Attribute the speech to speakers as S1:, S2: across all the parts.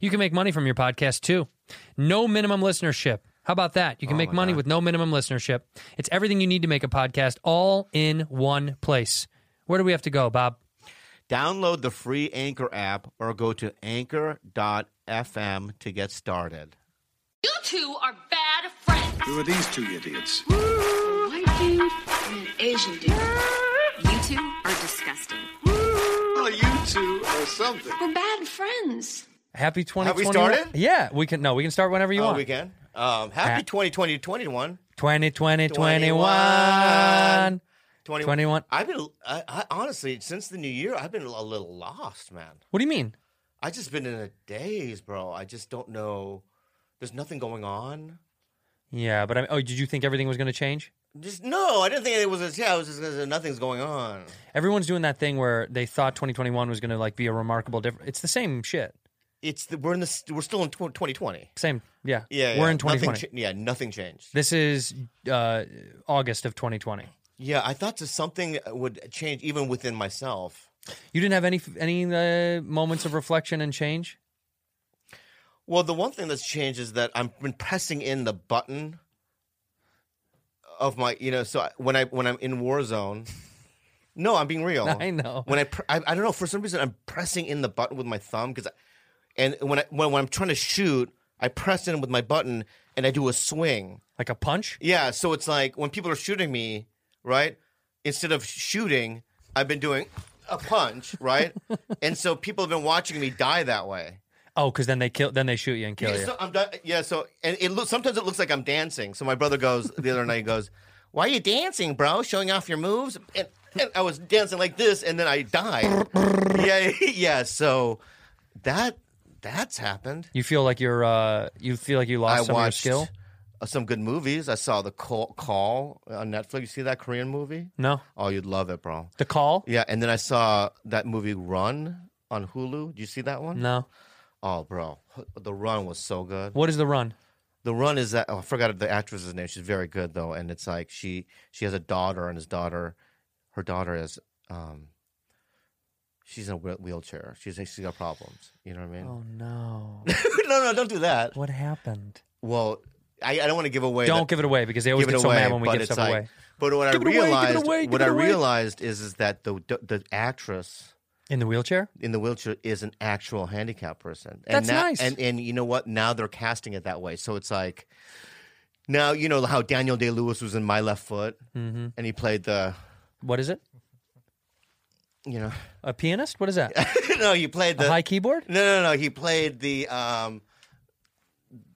S1: You can make money from your podcast too. No minimum listenership. How about that?
S2: Oh
S1: You can make money with no minimum listenership. It's everything you need to make a podcast all in one place. Where do we have to go, Bob?
S2: Download the free Anchor app or go to anchor.fm to get started.
S3: You two are bad friends.
S4: Who are these two idiots?
S5: White dude and an Asian dude. You two are disgusting.
S4: Well, you two or something.
S5: We're bad friends.
S1: Happy 2021.
S2: started?
S1: Yeah, we can. No, we can start whenever you
S2: Oh,
S1: want.
S2: we can. Um, happy
S1: Ah.
S2: 2020 21.
S1: 2020,
S2: 21.
S1: 21. 21.
S2: I've been, I, I, honestly, since the new year, I've been a little lost, man.
S1: What do you mean?
S2: i just been in a daze, bro. I just don't know. There's nothing going on.
S1: Yeah, but I oh, did you think everything was going to change?
S2: Just no, I didn't think it was. A, yeah, I was just gonna say nothing's going on.
S1: Everyone's doing that thing where they thought 2021 was going to like be a remarkable difference. It's the same shit.
S2: It's the, we're in this. We're still in tw- 2020.
S1: Same. Yeah.
S2: Yeah,
S1: We're
S2: yeah.
S1: in
S2: Nothing
S1: 2020.
S2: cha- yeah, nothing changed.
S1: This is uh, August of 2020.
S2: Yeah, I thought that something would change even within myself.
S1: You didn't have any any uh, moments of reflection and change.
S2: Well, the one thing that's changed is that I've been pressing in the button of my, you know, so I, when I when I'm in war zone. No, I'm being real.
S1: I know.
S2: When I, pr- I I don't know for some reason I'm pressing in the button with my thumb because, and when I when, when I'm trying to shoot, I press in with my button and I do a swing.
S1: Like a punch.
S2: Yeah, so it's like when people are shooting me, right? Instead of shooting, I've been doing a punch, right? and so people have been watching me die that way.
S1: Oh, because then they kill. Then they shoot you and kill
S2: Yeah,
S1: you.
S2: so I'm di- yeah, so and it looks sometimes it looks like I'm dancing. So my brother goes the other night he goes, "Why are you dancing, bro? Showing off your moves?" And, and I was dancing like this, and then I died. yeah, yeah. So that that's happened.
S1: You feel like you're. Uh, you feel like you lost
S2: I
S1: some
S2: watched
S1: of your skill.
S2: uh, some good movies. I saw the call, call on Netflix. You see that Korean movie?
S1: No.
S2: Oh, you'd love it, bro.
S1: The call.
S2: Yeah, and then I saw that movie Run on Hulu. Did you see that one?
S1: No.
S2: Oh, bro, the Run was so good.
S1: What is the run?
S2: The Run is that oh, I forgot the actress's name. She's very good though, and it's like she she has a daughter, and his daughter, her daughter is um, she's in a wheel- wheelchair. She's she's got problems. You know what I mean?
S1: Oh no.
S2: no, no, don't do that.
S1: what happened?
S2: Well, I, I don't want to give away.
S1: Don't
S2: the-
S1: give it away because they always
S2: give
S1: get
S2: it
S1: so
S2: away,
S1: mad when we
S2: but
S1: give
S2: it's
S1: stuff
S2: like-
S1: away.
S2: But what
S1: Give it away, give
S2: I
S1: it
S2: realized,
S1: away, give
S2: what
S1: it
S2: I
S1: away.
S2: realized is, is that the the actress
S1: In the wheelchair.
S2: in the wheelchair is an actual handicapped person. And
S1: That's
S2: that-
S1: nice.
S2: And and you know what? Now they're casting it that way. So it's like now you know how Daniel Day Lewis was in My Left Foot,
S1: Mm-hmm.
S2: and he played the
S1: What is it?
S2: you know
S1: A pianist? What is that?
S2: no he played
S1: A
S2: the
S1: high keyboard?
S2: no no no he played the um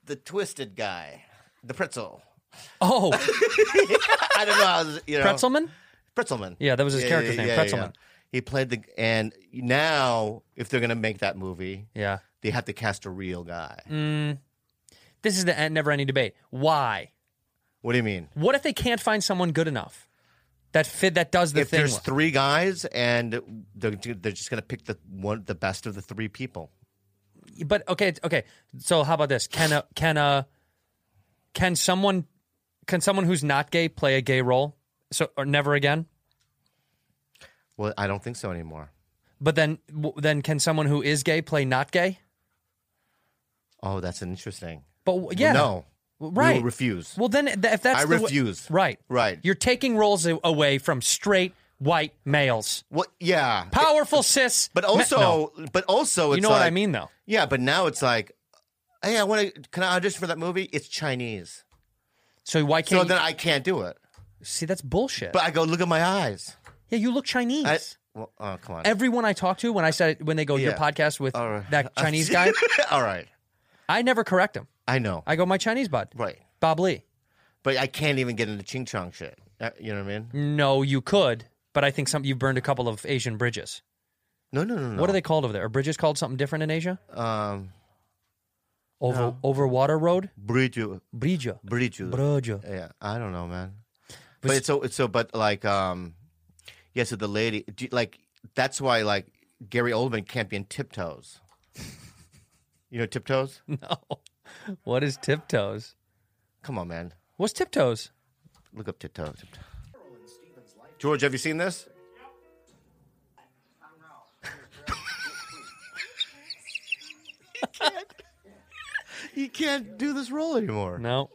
S2: the twisted guy the pretzel.
S1: Oh,
S2: I don't know how you know
S1: Pretzelman?
S2: Pretzelman.
S1: Yeah, that was his character's name, Pretzelman.
S2: He played the and now if they're gonna make that movie,
S1: Yeah.
S2: they have to cast a real guy.
S1: Mm. This is the en- never-ending debate. Why?
S2: What do you mean?
S1: What if they can't find someone good enough that fit that does the
S2: if
S1: thing?
S2: there's
S1: well?
S2: three guys and they're, they're just gonna pick the one the best of the three people.
S1: but okay, it's- okay. So how about this? Can a can a can someone can someone who's not gay play a gay role? So or never again.
S2: Well, I don't think so anymore.
S1: But then w- then can someone who is gay play not gay?
S2: Oh, that's interesting.
S1: But w- yeah,
S2: no,
S1: W- right.
S2: We will refuse.
S1: Well, then th- if that's
S2: I
S1: the wa-
S2: refuse.
S1: right,
S2: Right.
S1: You're taking roles a- away from straight white males,
S2: Well, yeah,
S1: powerful cis.
S2: but
S1: ma-
S2: also,
S1: No.
S2: but also, it's
S1: you know what I
S2: like-
S1: mean, though.
S2: Yeah, but now it's like hey, I want to, can I audition for that movie? It's Chinese.
S1: So why
S2: So
S1: can't
S2: then I can't do it.
S1: you, see that's bullshit?
S2: But I go, look at my eyes.
S1: yeah, you look Chinese.
S2: I, well, oh, come on.
S1: Everyone I talk to when I said when they go your
S2: Yeah.
S1: podcast with
S2: All right.
S1: that Chinese guy,
S2: All right.
S1: I never correct him.
S2: I know.
S1: I go my Chinese bud,
S2: right.
S1: Bob Lee.
S2: But I can't even get into Ching Chong shit. Uh, you know what I mean?
S1: No, you could, but I think some you burned a couple of Asian bridges.
S2: No, no, no, no.
S1: What are they called over there? Are bridges called something different in Asia?
S2: Um,
S1: Over over water road,
S2: Briju.
S1: bridge,
S2: Briju.
S1: bridge.
S2: Yeah, I don't know, man. But it's so it's so. But like, um, yeah. So the lady, do, you- like, that's why like Gary Oldman can't be in Tiptoes. You know Tiptoes?
S1: No, what is tiptoes?
S2: Come on, man.
S1: What's tiptoes?
S2: Look up Tiptoes. George, have you seen this? He can't do this role anymore.
S1: No.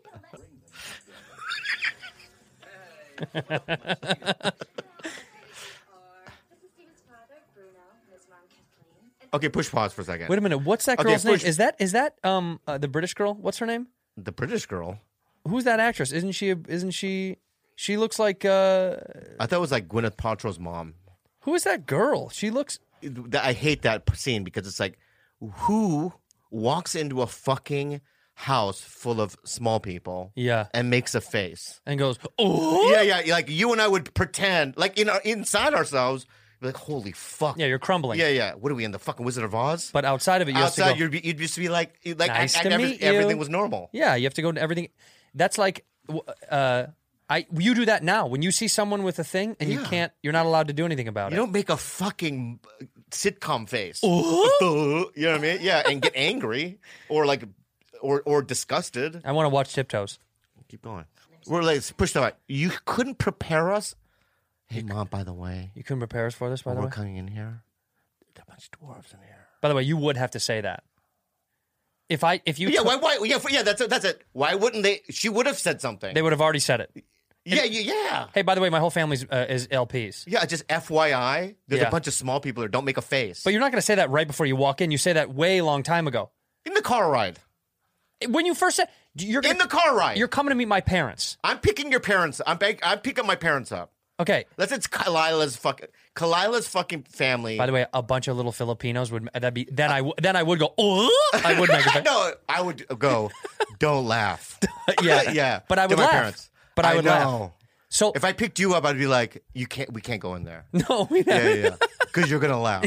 S2: Okay, push pause for a second.
S1: Wait a minute. What's that
S2: Okay,
S1: girl's
S2: push-
S1: name? Is that is that um uh, the British girl? What's her name?
S2: The British girl.
S1: Who's that actress? Isn't she? a- Isn't she? She looks like uh.
S2: I thought it was like Gwyneth Paltrow's mom.
S1: Who is that girl? She looks.
S2: Th- I hate that p- scene because it's like, who walks into a fucking house full of small people?
S1: Yeah.
S2: and makes a face.
S1: And goes. Oh.
S2: Yeah, yeah. Like you and I would pretend, like in our inside ourselves, be like holy fuck.
S1: Yeah, you're crumbling.
S2: Yeah, yeah. What are we in the fucking Wizard of Oz?
S1: But outside of it, you have to
S2: outside,
S1: go,
S2: you'd be, you'd just be like, you'd like
S1: Nice
S2: act,
S1: to
S2: act, every-
S1: meet you.
S2: everything was normal.
S1: Yeah, you have to go to everything. That's like, w- uh, I you do that now when you see someone with a thing and you
S2: Yeah.
S1: can't, you're not allowed to do anything about
S2: You
S1: it.
S2: don't make a fucking uh, sitcom face.
S1: Uh-huh.
S2: You know what I mean? Yeah, and get angry or like or or disgusted.
S1: I want to watch Tiptoes.
S2: Keep going. We're like push the button. You couldn't prepare us. Hey, mom. By the way,
S1: You couldn't prepare us for this, by the
S2: we're
S1: way.
S2: coming in here. There's a bunch of dwarves in here.
S1: By the way, you would have to say that. If I, if you,
S2: Yeah,
S1: took-
S2: why? Why? Yeah, for, yeah. That's it. That's it. Why wouldn't they? She would have said something.
S1: they would have already said it.
S2: yeah, yeah, yeah.
S1: Hey, by the way, my whole family's uh, is LPs.
S2: Yeah, just FYI, there's
S1: Yeah.
S2: a bunch of small people here. Don't make a face.
S1: But you're not going to say that right before you walk in. You say that way long time ago.
S2: in the car ride,
S1: When you first said you're
S2: in
S1: gonna-
S2: the car ride,
S1: you're coming to meet my parents.
S2: I'm picking your parents. I'm pick, I'm picking my parents up.
S1: Okay.
S2: Let's it's Kalila's fucking Kalila's fucking family.
S1: By the way, a bunch of little Filipinos would that be then I w- then I would go oh I would make a
S2: no, I would go. Don't laugh.
S1: yeah
S2: yeah,
S1: but I would
S2: to my
S1: laugh.
S2: parents.
S1: But I
S2: I
S1: would laugh.
S2: know.
S1: So
S2: If I picked you up, I'd be like, you can't. We can't go in there.
S1: no, we
S2: Yeah,
S1: never.
S2: yeah, because you're gonna laugh.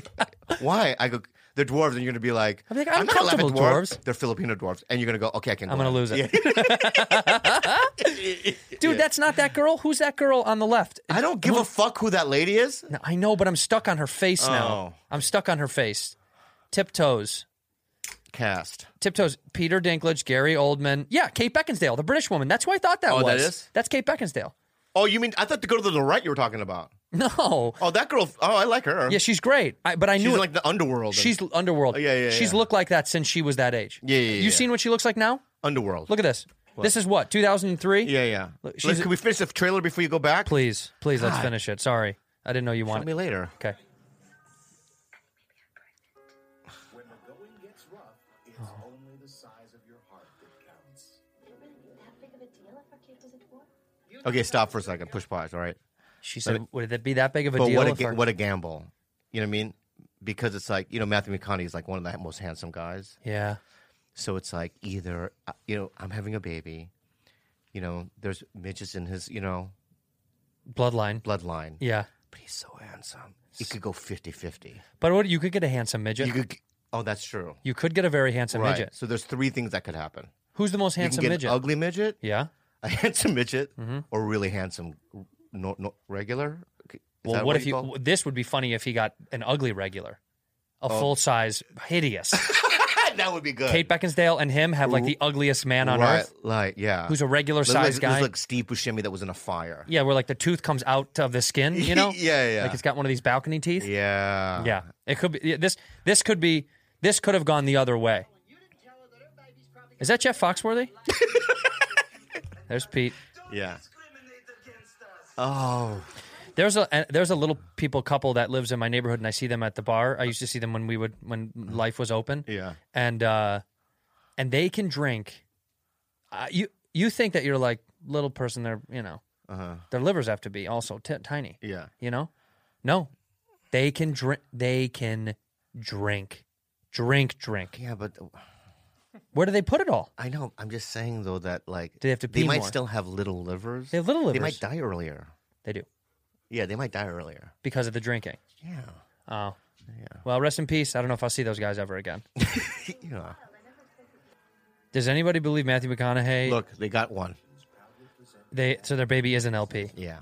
S2: Why? I go. They're dwarves, and you're gonna be like,
S1: I'm like, I'm
S2: not gonna laugh at
S1: comfortable
S2: dwarves.
S1: dwarves.
S2: They're Filipino dwarves, and you're gonna go, okay, I can.
S1: I'm
S2: go
S1: gonna
S2: in."
S1: lose it,
S2: Yeah.
S1: dude. That's not that girl. Who's that girl on the left?
S2: I don't give a fuck who that lady is.
S1: No, I know, but I'm stuck on her face now.
S2: Oh.
S1: I'm stuck on her face. Tiptoes,
S2: Cast.
S1: tiptoes. Peter Dinklage, Gary Oldman. Yeah, Kate Beckinsdale, the British woman. That's who I thought that
S2: Oh,
S1: was.
S2: that is?
S1: That's Kate Beckinsdale.
S2: Oh, you mean I thought the girl to the right you were talking about?
S1: No,
S2: Oh, that girl. Oh, I like her.
S1: yeah, she's great. I, but I
S2: she's
S1: knew
S2: in,
S1: it.
S2: like the underworld. and-
S1: she's underworld.
S2: yeah, yeah,
S1: She's
S2: yeah.
S1: looked like that since she was that age.
S2: Yeah, yeah, yeah,
S1: You
S2: yeah.
S1: seen what she looks like now?
S2: underworld.
S1: Look at this. This is what 2003.
S2: Yeah, yeah.
S1: Look,
S2: Look,
S1: she's-
S2: can we finish the trailer before you go back?
S1: Please, please, let's finish it. Sorry, I didn't know you
S2: Tell
S1: wanted.
S2: me later.
S1: Okay.
S2: Okay, stop for a second. Push pause. All right.
S1: She said, "Would it be that big of a
S2: But
S1: deal?"
S2: what a
S1: if
S2: ga-
S1: our-
S2: what a gamble. You know what I mean? Because it's like you know Matthew McConaughey is like one of the most handsome guys.
S1: yeah,
S2: So it's like either uh, you know I'm having a baby, you know there's midgets in his you know
S1: bloodline.
S2: bloodline,
S1: Yeah,
S2: but he's so handsome. It could go 50-50.
S1: but what you could get a handsome midget.
S2: You
S1: You could,
S2: could. Oh, that's true.
S1: get a very handsome
S2: right.
S1: midget.
S2: So there's three things that could happen.
S1: Who's the most handsome
S2: you can get
S1: midget?
S2: an ugly midget,
S1: yeah, Mm-hmm.
S2: a handsome midget, or a really handsome no, no, regular. Is
S1: Well,
S2: that
S1: what if
S2: you
S1: you?
S2: call-
S1: This would be funny if he got an ugly regular, a
S2: Oh.
S1: full size hideous.
S2: that would be good.
S1: Kate Beckinsdale and him have like the ugliest man on
S2: right,
S1: earth,
S2: like yeah,
S1: who's a regular
S2: Looks
S1: sized
S2: like,
S1: guy.
S2: looks like Steve Buscemi that was in a fire.
S1: yeah, where like the tooth comes out of the skin. You know?
S2: Yeah, yeah.
S1: Like it's got one of these balcony teeth.
S2: Yeah.
S1: Yeah, it could be yeah, this. This could be. This could have gone the other way. Is that Jeff Foxworthy? there's Pete.
S2: Yeah. Oh,
S1: There's a uh, there's a little people couple that lives in my neighborhood, and
S2: Mm-hmm.
S1: I see them at the bar. I used to see them when we would when life was open.
S2: Yeah.
S1: and uh, and they can drink. Uh, you you think that you're like little person? They're you know their livers have to be also t- tiny.
S2: Uh-huh. Yeah.
S1: You know, no, they can drink. They can drink, drink, drink.
S2: Yeah, but
S1: Where do they put it all?
S2: I know. I'm just saying though that like
S1: They have to pee
S2: might
S1: more.
S2: still have little livers.
S1: They have little
S2: They might
S1: livers.
S2: die earlier.
S1: They do
S2: Yeah, they might die earlier.
S1: because of the drinking.
S2: Yeah.
S1: Oh. Well, rest in peace. I don't know if I'll see those guys ever again.
S2: Yeah.
S1: Does anybody believe Matthew McConaughey?
S2: Look, they got one.
S1: they so their baby is an LP.
S2: Yeah.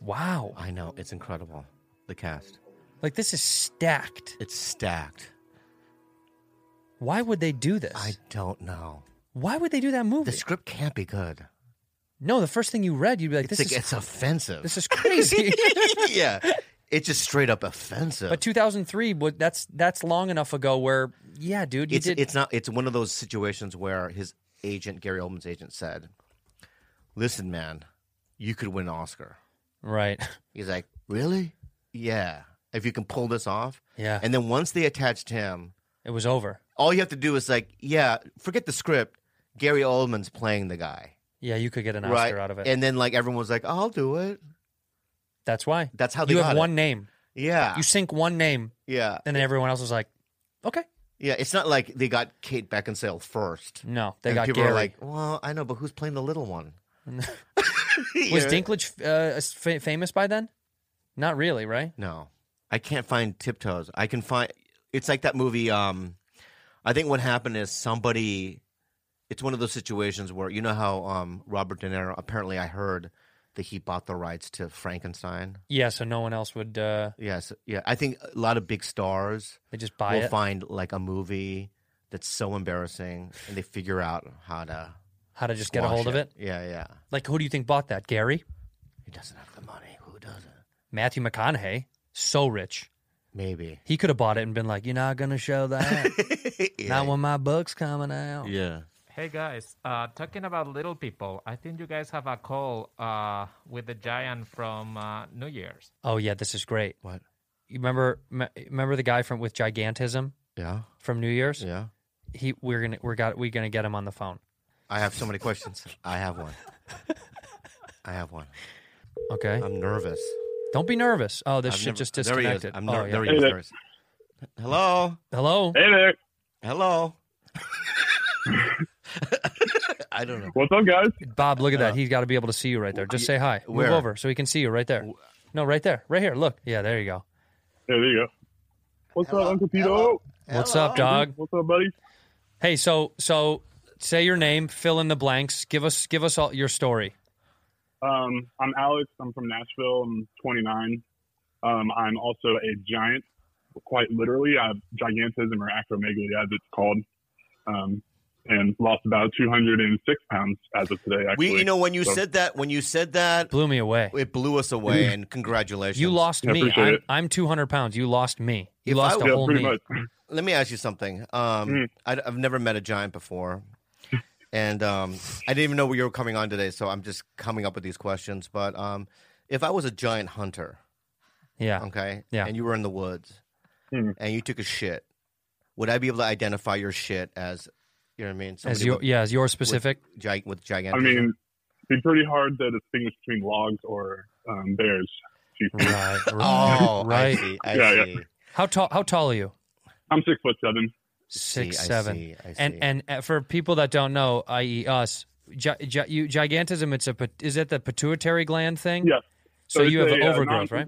S1: Wow,
S2: I know. It's incredible. The cast.
S1: like this is stacked.
S2: It's stacked.
S1: Why would they do this?
S2: I don't know.
S1: Why would they do that movie?
S2: The script can't be good.
S1: no, the first thing you read, you'd be like,
S2: It's
S1: "This
S2: like,
S1: is
S2: it's offensive.
S1: this is crazy."
S2: yeah. It's just straight up offensive.
S1: but 2003, wa- that's that's long enough ago where, yeah, dude, you
S2: it's
S1: did.
S2: it's not it's one of those situations where his agent Gary Oldman's agent said, "Listen, man, you could win an Oscar."
S1: right.
S2: He's like, "Really? Yeah. If you can pull this off."
S1: Yeah.
S2: And then once they attached him,
S1: It was over.
S2: all you have to do is like, "Yeah, forget the script. Gary Oldman's playing the guy."
S1: Yeah, you could get an Oscar
S2: Right.
S1: out of it.
S2: And then like everyone was like, "I'll do it."
S1: that's why.
S2: That's how they
S1: you have
S2: got it. Ah.
S1: one name.
S2: Yeah.
S1: You sync one name,
S2: yeah.
S1: and then everyone else was like, "Okay,
S2: Yeah, it's not like they got Kate Beckinsale first.
S1: no, they
S2: and
S1: got
S2: people
S1: Gary."
S2: are like, "Well, I know, but who's playing the little one?"
S1: was
S2: Yeah.
S1: Dinklage uh, fa- famous by then? Not really, right?
S2: No, I can't find Tiptoes. I can find. It's like that movie. Um, I think what happened is somebody. It's one of those situations where you know how um, Robert De Niro. Apparently, I heard that he bought the rights to Frankenstein.
S1: Yeah, so no one else would. Uh,
S2: Yes, yeah. I think a lot of big stars
S1: they just buy
S2: will
S1: it.
S2: find like a movie that's so embarrassing, and they figure out how to
S1: How to just get a
S2: squash
S1: hold of it?
S2: Yeah, yeah.
S1: Like, who do you think bought that? Gary,
S2: He doesn't have the money. Who doesn't?
S1: Matthew McConaughey, so rich,
S2: Maybe.
S1: he could have bought it and been like, "You're not gonna show that.
S2: Yeah.
S1: not when my book's coming out."
S2: Yeah.
S6: Hey guys, uh, talking about little people, I think you guys have a call uh, with the giant from uh, New Year's.
S1: Oh yeah, this is great.
S2: What?
S1: You remember me- remember the guy from with gigantism
S2: Yeah.
S1: from New Year's?
S2: Yeah.
S1: He we're gonna we're got we're gonna get him on the phone.
S2: I have so many questions. I have one. I have one.
S1: Okay,
S2: I'm nervous.
S1: don't be nervous. Oh, this
S2: Um, I've
S1: shit
S2: never-
S1: just
S2: there he is.
S1: disconnected.
S2: I'm
S1: oh,
S2: ner-
S1: yeah.
S2: there he is. There he is. Hello.
S1: Hello.
S7: Hey there.
S2: Hello. I don't know.
S7: What's up, guys?
S1: Bob, look at that. He's got to be able to see you right there. Just say hi.
S2: Uh, where?
S1: Move over so he can see you right there. No, right there. Right here. Look. Yeah, there you go.
S7: Yeah, there you go. What's up, Uncle Pito?
S1: What's up, dog?
S7: What's up, buddy?
S1: Hey, so so say your name, fill in the blanks. Give us give us all your story.
S7: Um, I'm Alex. I'm from Nashville. I'm 29. Um, I'm also a giant, quite literally. I have gigantism or acromegaly, as it's called, um, and lost about 206 pounds as of today. Actually,
S2: We, you know, when you
S7: So-
S2: said that, when you said that,
S1: Blew me away.
S2: it blew us away. And congratulations.
S1: You lost
S7: I
S1: me.
S7: appreciate
S1: I'm,
S7: it.
S1: I'm 200 pounds. You lost me. You
S2: If
S1: lost
S2: I-
S1: a
S7: yeah,
S1: whole
S7: pretty
S1: knee.
S7: much.
S2: Let me ask you something. Um, I, have never met a giant before, and um, I didn't even know you were coming on today, so I'm just coming up with these questions. But um, if I was a giant hunter,
S1: Yeah.
S2: okay,
S1: Yeah.
S2: and you were in the woods,
S7: Mhm.
S2: and you took a shit, would I be able to identify your shit as, you know what I mean?
S1: As
S2: Somebody
S1: your
S2: with,
S1: yeah, as your specific.
S2: gi- with
S7: I
S2: gigantic.
S7: mean, it'd be pretty hard to distinguish between logs or um, bears.
S1: right. right.
S2: oh,
S1: Right.
S2: I see. I
S7: Yeah, yeah.
S2: see.
S1: How tall how tall are you?
S7: I'm six foot seven.
S1: Six
S2: See, I
S1: seven.
S2: see, I
S1: And
S2: see.
S1: and uh, for people that don't know, i.e. us, gi- gi- you, gigantism it's a pat- is it the pituitary gland thing?
S7: Yeah.
S1: So, you have
S7: it's
S1: an
S7: a, uh,
S1: overgrowth,
S7: non-
S1: right?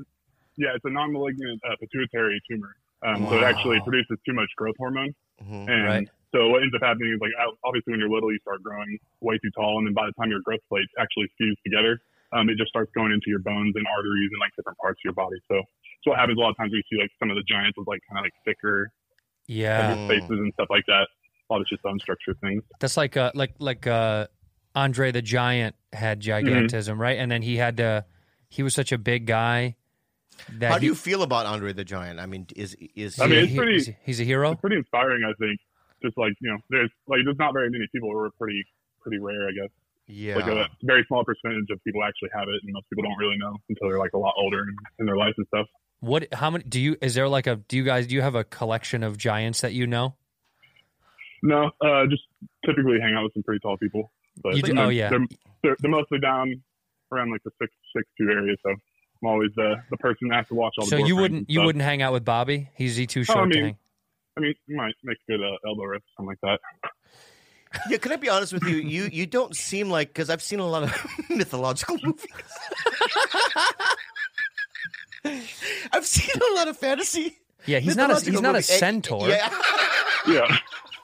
S7: Yeah, it's a non-malignant uh, pituitary tumor. Um, So it actually produces too much growth hormone,
S2: Mhm.
S7: and
S1: Right.
S7: so what ends up happening is like ob- obviously when you're little, you start growing way too tall, and then by the time your growth plates actually fuse together, um, it just starts going into your bones and arteries and like different parts of your body. So it's what happens a lot of times. We see like some of the giants with like kind of like thicker
S1: Yeah.
S7: faces and stuff like that. A lot of just unstructured things.
S1: That's like uh like like uh Andre the Giant had
S7: Mm-hmm.
S1: gigantism, right? And then he had to he was such a big guy that
S2: How do
S1: he-
S2: you feel about Andre the Giant? I mean, is is
S7: I mean,
S1: he-
S7: it's
S1: he-
S7: pretty-
S1: he's, he's a hero.
S7: It's pretty inspiring, I think. Just like you know, there's like there's not very many people who are pretty pretty rare, I guess.
S2: yeah.
S7: like a very small percentage of people actually have it, and most people don't really know until they're like a lot older in, in their life and stuff.
S1: What? How many? Do you? Is there like a? Do you guys? Do you have a collection of giants that you know?
S7: No, uh, just typically hang out with some pretty tall people. But
S1: You do-
S7: they're-
S1: oh, yeah.
S7: they're, they're, they're mostly down around like the six six two area. So I'm always the the person that has to watch all.
S1: So
S7: the
S1: you
S7: warfares
S1: wouldn't
S7: and
S1: you
S7: stuff. Oh,
S1: wouldn't hang out with Bobby? He's he too short
S7: I
S1: to
S7: mean-
S1: hang.
S7: I mean, you might make good uh, elbow rips, something like that.
S2: Yeah, can I be honest with you? You you don't seem like because I've seen a lot of mythological movies. I've seen a lot of fantasy.
S1: Yeah, he's not a
S2: mythological
S1: he's not a
S2: movies. And-
S1: centaur.
S2: Yeah,
S7: Yeah,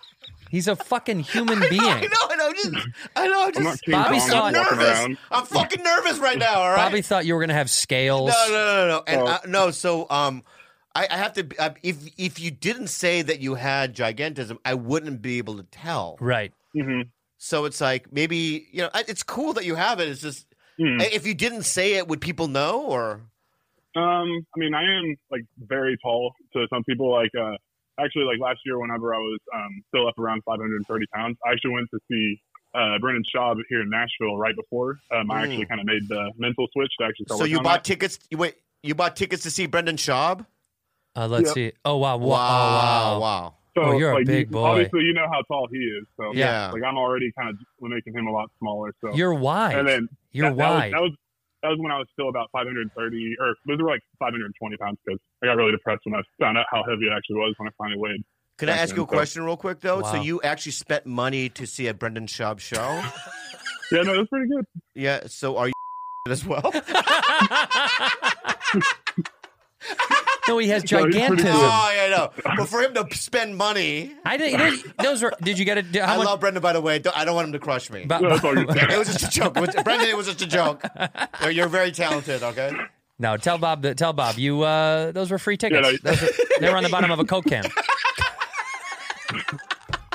S1: He's a fucking human
S2: I
S1: being.
S2: know, I know, I know. I'm Just, I know. I'm
S7: I'm not
S2: just.
S7: King
S1: Bobby
S7: Kong
S1: saw
S2: I'm
S7: just
S1: it.
S7: walking
S2: nervous.
S7: around.
S2: I'm fucking nervous right now. All right.
S1: Bobby thought you were gonna have scales.
S2: No, no, no, no, and
S7: Well-
S2: uh, no. So, um, I, I have to. I, if if you didn't say that you had gigantism, I wouldn't be able to tell.
S1: Right.
S7: Mm-hmm.
S2: So it's like maybe you know, I- it's cool that you have it. It's just
S7: Mm-hmm. Hmm.
S2: i- if you didn't say it, would people know? Or
S7: Um, I mean, I am like very tall to some people. Like, uh, actually, like last year, whenever I was um, still up around 530 pounds, I actually went to see uh, Brendan Schaub here in Nashville right before. Um, I
S2: Mm.
S7: actually kind of made the mental switch to actually. Start
S2: so you
S7: working on
S2: bought
S7: that.
S2: tickets? You wait, you bought tickets to see Brendan Schaub?
S1: Uh, let's
S7: Yep.
S1: see. Oh wow! Wow! wow.
S2: wow, wow.
S7: So
S1: Oh, you're a
S7: like,
S1: big
S7: you,
S1: boy.
S7: Obviously, you know how tall he is. So
S2: Yeah.
S7: like I'm already kind of making him a lot smaller. So
S1: You're wide.
S7: and then
S1: You're
S7: that,
S1: wide.
S7: That was, that was that was when I was still about 530 or those were like 520 pounds because I got really depressed when I found out how heavy I actually was when I finally weighed.
S2: Can I
S7: Back
S2: ask
S7: then,
S2: you a
S7: so-
S2: question real quick though? So
S1: Wow.
S2: you actually spent money to see a Brendan Schaub show?
S7: Yeah, no, that's pretty good.
S2: yeah. So are you as well?
S1: no, he has
S7: No, he's pretty
S1: gigantism.
S2: oh, yeah, I know. But for him to spend money,
S1: I didn't. you didn't- Those were. Did you get it? How
S2: I
S1: much?
S2: love Brendan. By the way, Don't- I don't want him to crush me.
S1: Bo-
S7: No, that's all
S1: Bo-
S7: good.
S2: it was just a joke. It was- Brendan, it was just a joke. You're- You're very talented. Okay.
S1: no, tell Bob. That, tell Bob. You. Uh, those were free tickets.
S7: Yeah, no.
S1: Those were- they were on the bottom of a coke can.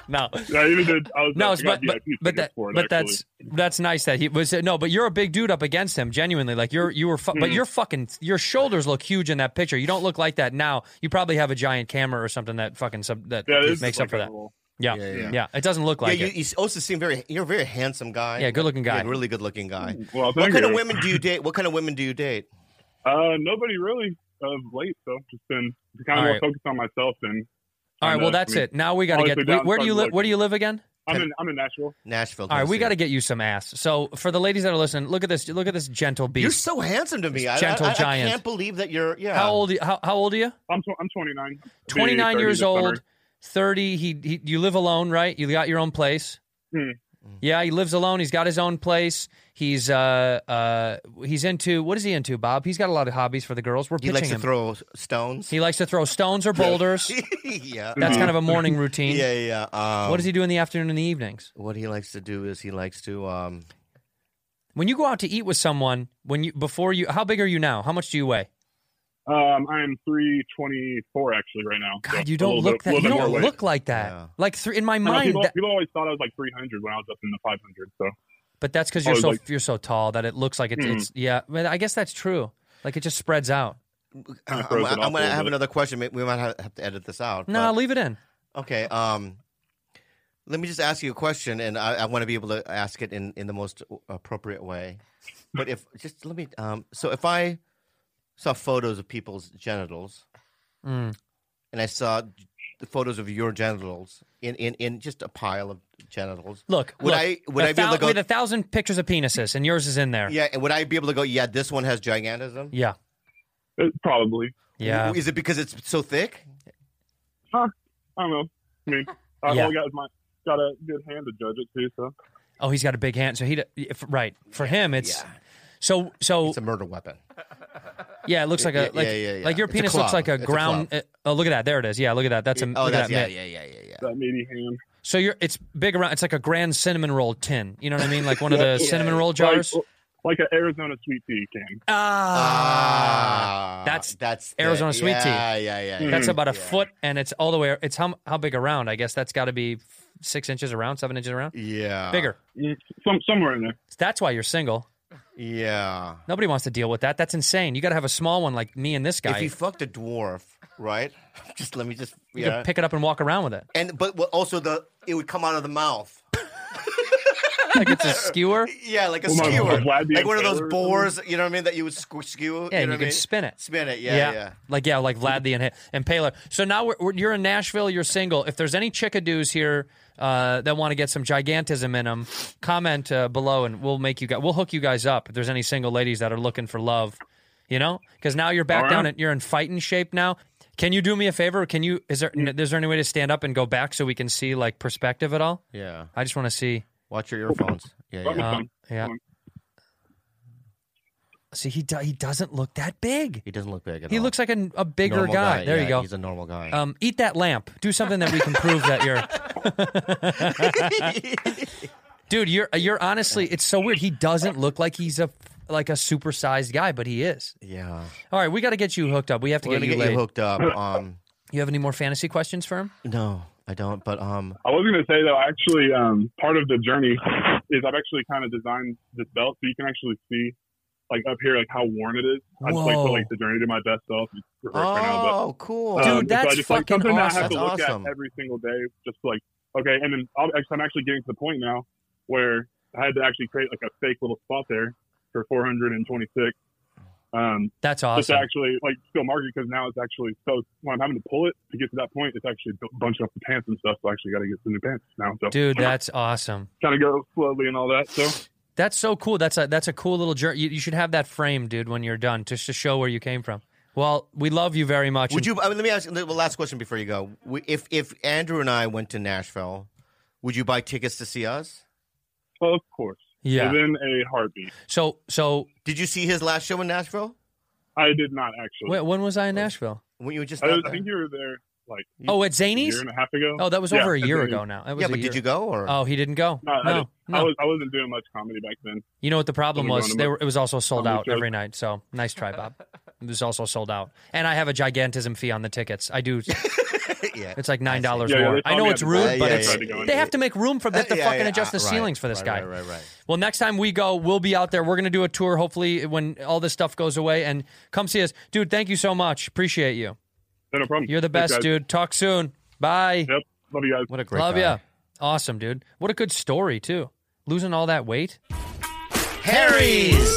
S1: no.
S7: Yeah, even did. I was
S1: No,
S7: I
S1: it's,
S7: got
S1: but but,
S7: VIP
S1: but
S7: tickets
S1: that
S7: for it,
S1: but
S7: actually.
S1: that's that's nice that he was no, but you're a big dude up against him. Genuinely, like you're you were, fu-
S7: Mm-hmm.
S1: but you're fucking your shoulders look huge in that picture. You don't look like that now. You probably have a giant camera or something that fucking sub, that
S7: yeah, this
S1: makes
S7: is
S1: up for
S7: like
S1: that.
S7: a little-
S1: Yeah.
S2: Yeah,
S1: Yeah,
S2: yeah.
S1: it doesn't look like
S2: yeah, you,
S1: it.
S2: you also seem very. You're a very handsome guy.
S1: Yeah, good-looking guy.
S2: Yeah, really good-looking guy.
S7: Well,
S2: What
S7: thank
S2: kind
S7: you.
S2: of women do you date? What kind of women do you date?
S7: Uh, nobody really of late, so just been
S1: All
S7: kind of more
S1: right.
S7: focused on myself than.
S1: All right,
S7: on,
S1: well
S7: uh,
S1: that's
S7: me.
S1: it. Now we got to
S7: Honestly,
S1: get.
S7: down
S1: where do you live?
S7: front
S1: Where do you live again?
S7: I'm in. I'm in Nashville.
S2: Nashville.
S1: All right, we
S2: Tennessee.
S1: got to get you some ass. So for the ladies that are listening, look at this. Look at this gentle
S2: You're
S1: beast.
S2: so handsome to me. I,
S1: Gentle
S2: I, I,
S1: giant.
S2: I can't believe that you're. Yeah.
S1: how old? How, how old are you?
S7: I'm. Tw- I'm 29. Be
S1: 29
S7: 30
S1: years
S7: this summer.
S1: old 30 he, he you live alone right you got your own place
S7: Hmm.
S1: yeah he lives alone he's got his own place he's uh uh he's into what is he into bob he's got a lot of hobbies for the girls we're
S2: He
S1: pitching
S2: likes to
S1: him
S2: throw stones.
S1: he likes to throw stones or boulders
S2: yeah.
S1: that's kind of a morning routine
S2: Yeah, yeah. yeah. Um,
S1: what does he do in the afternoon and the evenings
S2: What he likes to do is he likes to. Um,
S1: when you go out to eat with someone when you before you how big are you now how much do you weigh
S7: Um, I am 324 actually right now. so
S1: god you
S7: a
S1: don't
S7: little
S1: look
S7: bit-
S1: that
S7: little
S1: you
S7: bit
S1: don't
S7: more weight.
S1: look like that
S2: Yeah.
S1: like three in my
S7: I know,
S1: mind
S7: people,
S1: that-
S7: people always thought I was like 300 when I was up in the 500.
S2: Uh,
S7: So
S1: But that's because you're
S7: Oh,
S1: so
S7: like-
S1: you're so tall that it looks like it's,
S7: Mm.
S1: it's yeah. But I guess that's true. Like it just spreads out.
S2: I'm,
S7: Kinda throws
S2: going
S7: it off a
S2: to
S7: little
S2: have
S7: bit.
S2: another question. May- We might have have to edit this out.
S1: No,
S2: but-
S1: leave it in.
S2: Okay. Um, let me just ask you a question, and I, I want to be able to ask it in, in the most appropriate way. But if just let me, um, so if I saw photos of people's genitals,
S1: Mm.
S2: and I saw the photos of your genitals in, in, in just a pile of genitals,
S1: Look,
S2: Would
S1: look,
S2: I- would
S1: a
S2: I be able to
S1: thou-
S2: go-
S1: with a thousand pictures of penises and yours is in there?
S2: yeah, and would I be able to go? Yeah, this one has gigantism.
S1: yeah,
S7: it, Uh, probably.
S1: yeah.
S2: Is it because it's so thick?
S7: I don't know. I mean, I
S1: Yeah.
S7: all I got is my got a good hand to judge it too. So
S1: Oh, he's got a big hand, so he d- if, right for him it's.
S2: Yeah.
S1: So so
S2: It's a murder weapon.
S1: yeah, it looks like a
S2: Yeah,
S1: like,
S2: yeah, yeah, yeah.
S1: like your
S2: It's a
S1: penis looks
S2: club.
S1: like a
S2: It's a
S1: ground. uh, oh, look at that! There it is. Yeah, look at that. That's a
S2: oh,
S1: Mm, look
S2: that's
S1: at that
S2: yeah,
S1: mitt.
S2: yeah, yeah, yeah, yeah.
S7: that meaty hand.
S1: So you're it's big around. It's like a grand cinnamon roll tin. You know what I mean? Like one of
S7: Yeah,
S1: the
S7: yeah,
S1: cinnamon roll jars.
S7: Like, like an Arizona sweet tea can.
S1: ah. that's-
S2: that's
S1: Arizona sweet tea.
S2: Yeah, yeah, yeah. yeah.
S1: That's about a
S2: Yeah.
S1: foot, and it's all the way. It's how how big around? I guess that's got to be f- six inches around, seven inches around,
S2: Yeah.
S1: bigger.
S7: Mm, Some somewhere in there.
S1: That's why you're single.
S2: Yeah.
S1: Nobody wants to deal with that. That's insane. You got to have a small one like me and this guy.
S2: If you fucked a dwarf, right? Just let me just
S1: You
S2: yeah.
S1: could pick it up and walk around with it.
S2: and but what- also the it would come out of the mouth.
S1: like it's a skewer.
S2: Yeah, like a
S7: Well, Oh my-
S2: skewer,
S7: my Vlad the
S2: like one of those
S7: Impaler or
S2: bores. You know what I mean? That you would sque- skew.
S1: Yeah,
S2: you
S1: and
S2: know
S1: you
S2: what I
S1: can
S2: mean?
S1: spin it.
S2: Spin it. Yeah, yeah.
S1: Like yeah, like Vlad the Inha- Impaler. So now we're, we're, you're in Nashville. You're single. If there's any chickadoos here uh, that want to get some gigantism in them, comment uh, below, and we'll make you guys. We'll hook you guys up. If there's any single ladies that are looking for love, you know, because now you're back
S7: All right.
S1: down. And you're in fighting shape now. Can you do me a favor? Can you? Is there n- is there any way to stand up and go back so we can see like perspective at all?
S2: Yeah.
S1: I just want to see.
S2: Watch your earphones. Yeah,
S7: That was
S2: yeah.
S1: Uh,
S7: fun.
S1: yeah. See, he do, he doesn't look that big.
S2: He doesn't look big at all.
S1: He looks like a, a bigger
S2: Normal
S1: guy. There
S2: yeah,
S1: you go.
S2: He's a normal guy.
S1: Um, eat that lamp. Do something that we can prove that you're. Dude, you're uh, you're honestly, it's so weird. He doesn't look like he's a like a supersized guy, but he is.
S2: yeah.
S1: All right, we got to get you hooked up. We have to
S2: We're
S1: get you
S2: gonna get
S1: laid.
S2: you
S1: You,
S2: hooked up. Um,
S1: have any more fantasy questions for him?
S2: no, I don't. But um,
S7: I was going to say though, actually, um, part of the journey is I've actually kind of designed this belt so you can actually see, like up here, like how worn it is. I just like
S1: Whow.
S7: put like the journey to my best self. It's reversed right now, but-
S2: oh, cool.
S7: Um,
S1: Dude,
S7: and
S1: that's
S7: so I just, like,
S1: fucking
S7: something that I have
S2: awesome.
S7: to look
S2: That's awesome.
S7: at every single day, just like okay. And then I'll, actually, I'm actually getting to the point now where I had to actually create like a fake little spot there for 426. Um,
S1: That's
S7: Just to
S1: awesome.
S7: actually like still market because now it's actually so when I'm having to pull it to get to that point, it's actually bunched up the pants and stuff. So I actually got to get some new pants now. So
S1: Dude, that's awesome.
S7: kind of go slowly and all that. So
S1: That's so cool. That's a that's a cool little journey. You, you should have that frame, dude, when you're done, just to show where you came from. Well, we love you very much.
S2: Would
S1: and-
S2: you? I mean, let me ask the last question before you go. W- If if Andrew and I went to Nashville, would you buy tickets to see us?
S7: well, of course,
S1: Yeah.
S7: within a heartbeat.
S1: So so
S2: Did you see his last show in Nashville?
S7: I did not actually.
S1: wh- when was I in Nashville?
S2: When you were just
S7: I,
S2: out
S7: was, I
S2: there?
S7: think you were there like
S1: Oh, at
S7: a
S1: Zany's.
S7: year and a half ago.
S1: Oh, that was
S7: Yeah,
S1: over a
S7: and
S1: year
S7: then-
S1: ago now. That was
S2: yeah,
S1: a
S2: but
S1: year-
S2: did you go or?
S1: Oh, he didn't go.
S7: No, I
S1: no,
S7: didn't.
S1: no.
S7: I was I wasn't doing much comedy back then.
S1: you know what the problem
S7: Wasn't
S1: was?
S7: going to
S1: They
S7: my-
S1: were, it was also sold
S7: comedy
S1: out
S7: shows.
S1: every night. So nice try, Bob. It was also sold out, and I have a gigantism fee on the tickets. I do.
S2: yeah.
S1: It's like nine dollars
S7: Yeah, yeah,
S1: more.
S7: they
S1: I
S7: told
S1: know
S7: me
S1: it's
S7: at the
S1: rude,
S7: time.
S1: but
S7: Yeah,
S1: it's,
S7: yeah, yeah, yeah,
S1: they
S7: yeah.
S1: have to make room for that. to
S2: Yeah,
S1: fucking
S2: yeah,
S1: adjust the
S2: uh, right,
S1: ceilings for this
S2: right,
S1: guy.
S2: Right, right, right.
S1: Well, next time we go, we'll be out there. We're gonna do a tour. Hopefully, when all this stuff goes away, and come see us, dude. Thank you so much. Appreciate you.
S7: No, no problem.
S1: You're the
S7: Thanks,
S1: best,
S7: guys.
S1: dude. Talk soon. Bye.
S7: Yep. Love you guys.
S2: What a great
S1: Love
S2: guy.
S1: ya. Awesome, dude. What a good story too. Losing all that weight.
S2: Harry's.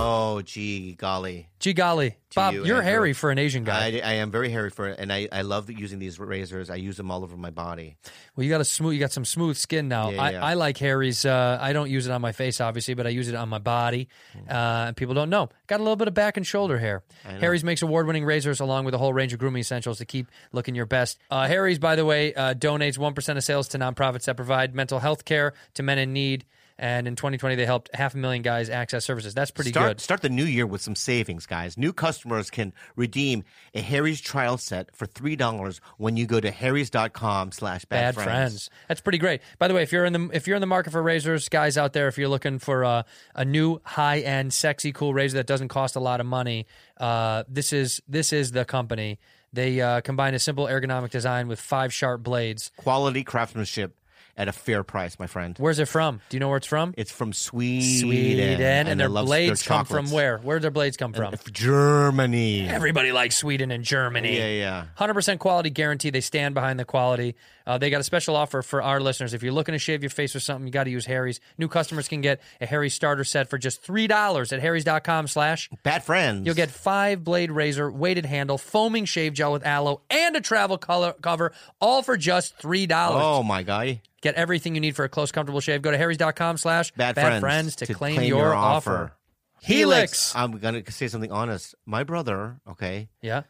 S2: Oh, gee, golly.
S1: Gee golly, Bob,
S2: you,
S1: you, are
S2: Andrew.
S1: hairy for an Asian guy.
S2: I, I am very hairy for it, and I, I love using these razors. I use them all over my body.
S1: well, you got a smooth, you got some smooth skin now.
S2: Yeah,
S1: I,
S2: yeah.
S1: I like Harry's. Uh, I don't use it on my face, obviously, but I use it on my body.
S2: Mm.
S1: Uh, and people don't know. Got a little bit of back and shoulder hair. Harry's makes award-winning razors along with a whole range of grooming essentials to keep looking your best. Uh, Harry's, by the way, uh, donates one percent of sales to nonprofits that provide mental health care to men in need. And in 2020, they helped half a million guys access services. That's pretty
S2: start,
S1: good.
S2: Start the new year with some savings, guys. New customers can redeem a Harry's trial set for $3 when you go to harrys.com slash
S1: bad
S2: bad
S1: friends. That's pretty great. By the way, if you're in the if you're in the market for razors, guys out there, if you're looking for a, a new high end, sexy, cool razor that doesn't cost a lot of money, uh, this is this is the company. They uh, combine a simple ergonomic design with five sharp blades.
S2: Quality craftsmanship at a fair price, my friend.
S1: Where's it from? Do you know where it's from?
S2: It's from Sweden.
S1: Sweden, and,
S2: I
S1: their
S2: love
S1: blades come from
S2: chocolates.
S1: where? Where do their blades come from?
S2: Germany.
S1: Everybody likes Sweden and Germany.
S2: Yeah, yeah.
S1: 100% quality guarantee. They stand behind the quality. Uh, they got a special offer for our listeners. If you're looking to shave your face or something, you got to use Harry's. New customers can get a Harry's starter set for just $3 at harrys.com slash.
S2: Bad friends.
S1: You'll get five blade razor, weighted handle, foaming shave gel with aloe, and a travel color cover, all for just $3.
S2: Oh, my guy.
S1: Get everything you need for a close, comfortable shave. Go to harrys.com slash
S2: Bad,
S1: bad friends to, claim, your, offer. Helix.
S2: I'm going to say something honest. My brother, okay,
S1: Yeah.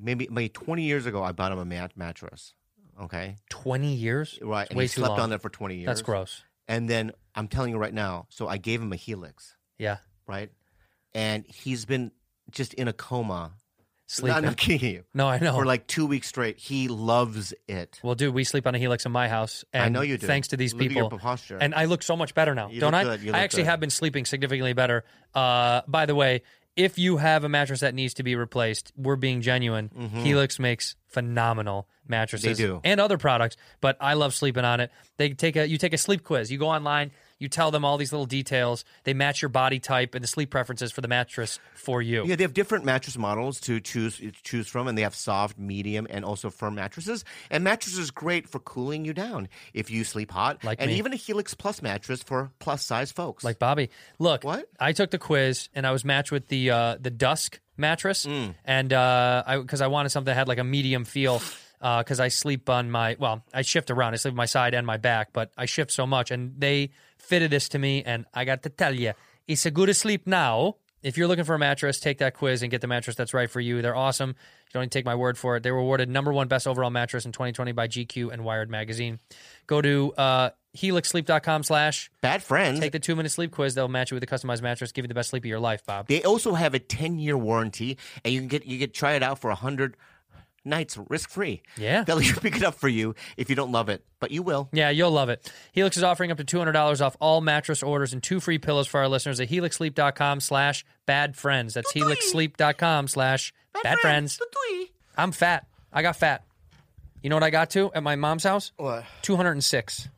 S2: maybe, maybe 20 years ago, I bought him a mat- mattress. Okay.
S1: 20 years?
S2: Right.
S1: It's
S2: And
S1: Way
S2: he
S1: too
S2: slept
S1: long.
S2: on it for 20 years.
S1: That's gross.
S2: And then I'm telling you right now, so I gave him a Helix,
S1: Yeah.
S2: right? And he's been just in a coma.
S1: Sleeping. Oh.
S2: I'm not kidding you.
S1: No, I know.
S2: For like two weeks straight. He loves it.
S1: Well, dude, we sleep on a helix in my house. And
S2: I know you do.
S1: Thanks to these
S2: Look at
S1: people.
S2: your posture.
S1: And I look so much better now,
S2: You
S1: don't
S2: look
S1: I?
S2: good. You
S1: I
S2: look
S1: actually
S2: good.
S1: have been sleeping significantly better. Uh, by the way, if you have a mattress that needs to be replaced, we're being genuine. Helix makes phenomenal mattresses
S2: Mm-hmm. They do.
S1: and other products, but I love sleeping on it. They take a you take a sleep quiz. You go online, you You tell them all these little details. They match your body type and the sleep preferences for the mattress for you.
S2: Yeah, they have different mattress models to choose choose from, and they have soft, medium, and also firm mattresses. And mattresses is great for cooling you down if you sleep hot,
S1: Like
S2: and
S1: me.
S2: even a Helix Plus mattress for plus size folks.
S1: Like Bobby, look,
S2: What?
S1: I took the quiz and I was matched with the uh, the dusk mattress, and uh, I because I wanted something that had like a medium feel. Because I sleep on my well, I shift around. I sleep on my side and my back, but I shift so much, and they fitted this to me. And I got to tell you, it's a good sleep now. If you're looking for a mattress, take that quiz and get the mattress that's right for you. They're awesome. You don't need to take my word for it. They were awarded number one best overall mattress in 2020 by GQ and Wired magazine. Go to uh, helixsleep.com slash
S2: bad friends.
S1: Take the two minute sleep quiz. They'll match you with a customized mattress, give you the best sleep of your life, Bob.
S2: they also have a ten year warranty, and you can get you get try it out for hundred nights risk free.
S1: Yeah.
S2: they'll pick it up for you if you don't love it, but you will.
S1: Yeah, you'll love it. Helix is offering up to $200 off all mattress orders and two free pillows for our listeners at helixsleep.com slash bad friends. That's helixsleep.com slash bad friends. I'm fat. I got fat. You know what I got to at my mom's house?
S2: What?
S1: 206.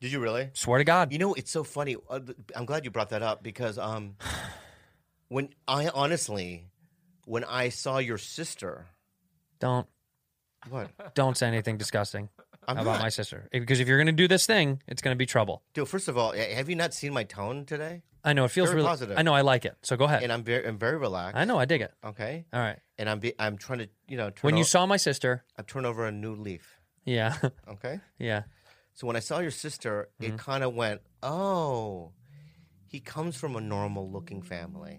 S2: Did you really?
S1: Swear to God.
S2: You know, it's so funny. Uh, th- I'm glad you brought that up because um, when I honestly, when I saw your sister,
S1: Don't
S2: what?
S1: don't say anything disgusting
S2: I'm
S1: about
S2: not.
S1: my sister. Because if you're going to do this thing, it's going to be trouble.
S2: Dude, first of all, eh, have you not seen my tone today?
S1: I know it feels
S2: Very
S1: really
S2: positive.
S1: I know I like it. So go ahead.
S2: And I'm very, I'm very relaxed.
S1: Uh, I know I dig it.
S2: Okay,
S1: All right.
S2: and I'm, be, I'm trying to, you know, turn
S1: When you
S2: o-
S1: saw my sister,
S2: I turn over a new leaf.
S1: yeah,
S2: Okay,
S1: yeah,
S2: so when I saw your sister, it
S1: Mm-hmm.
S2: kind of went, oh, he comes from a normal looking family.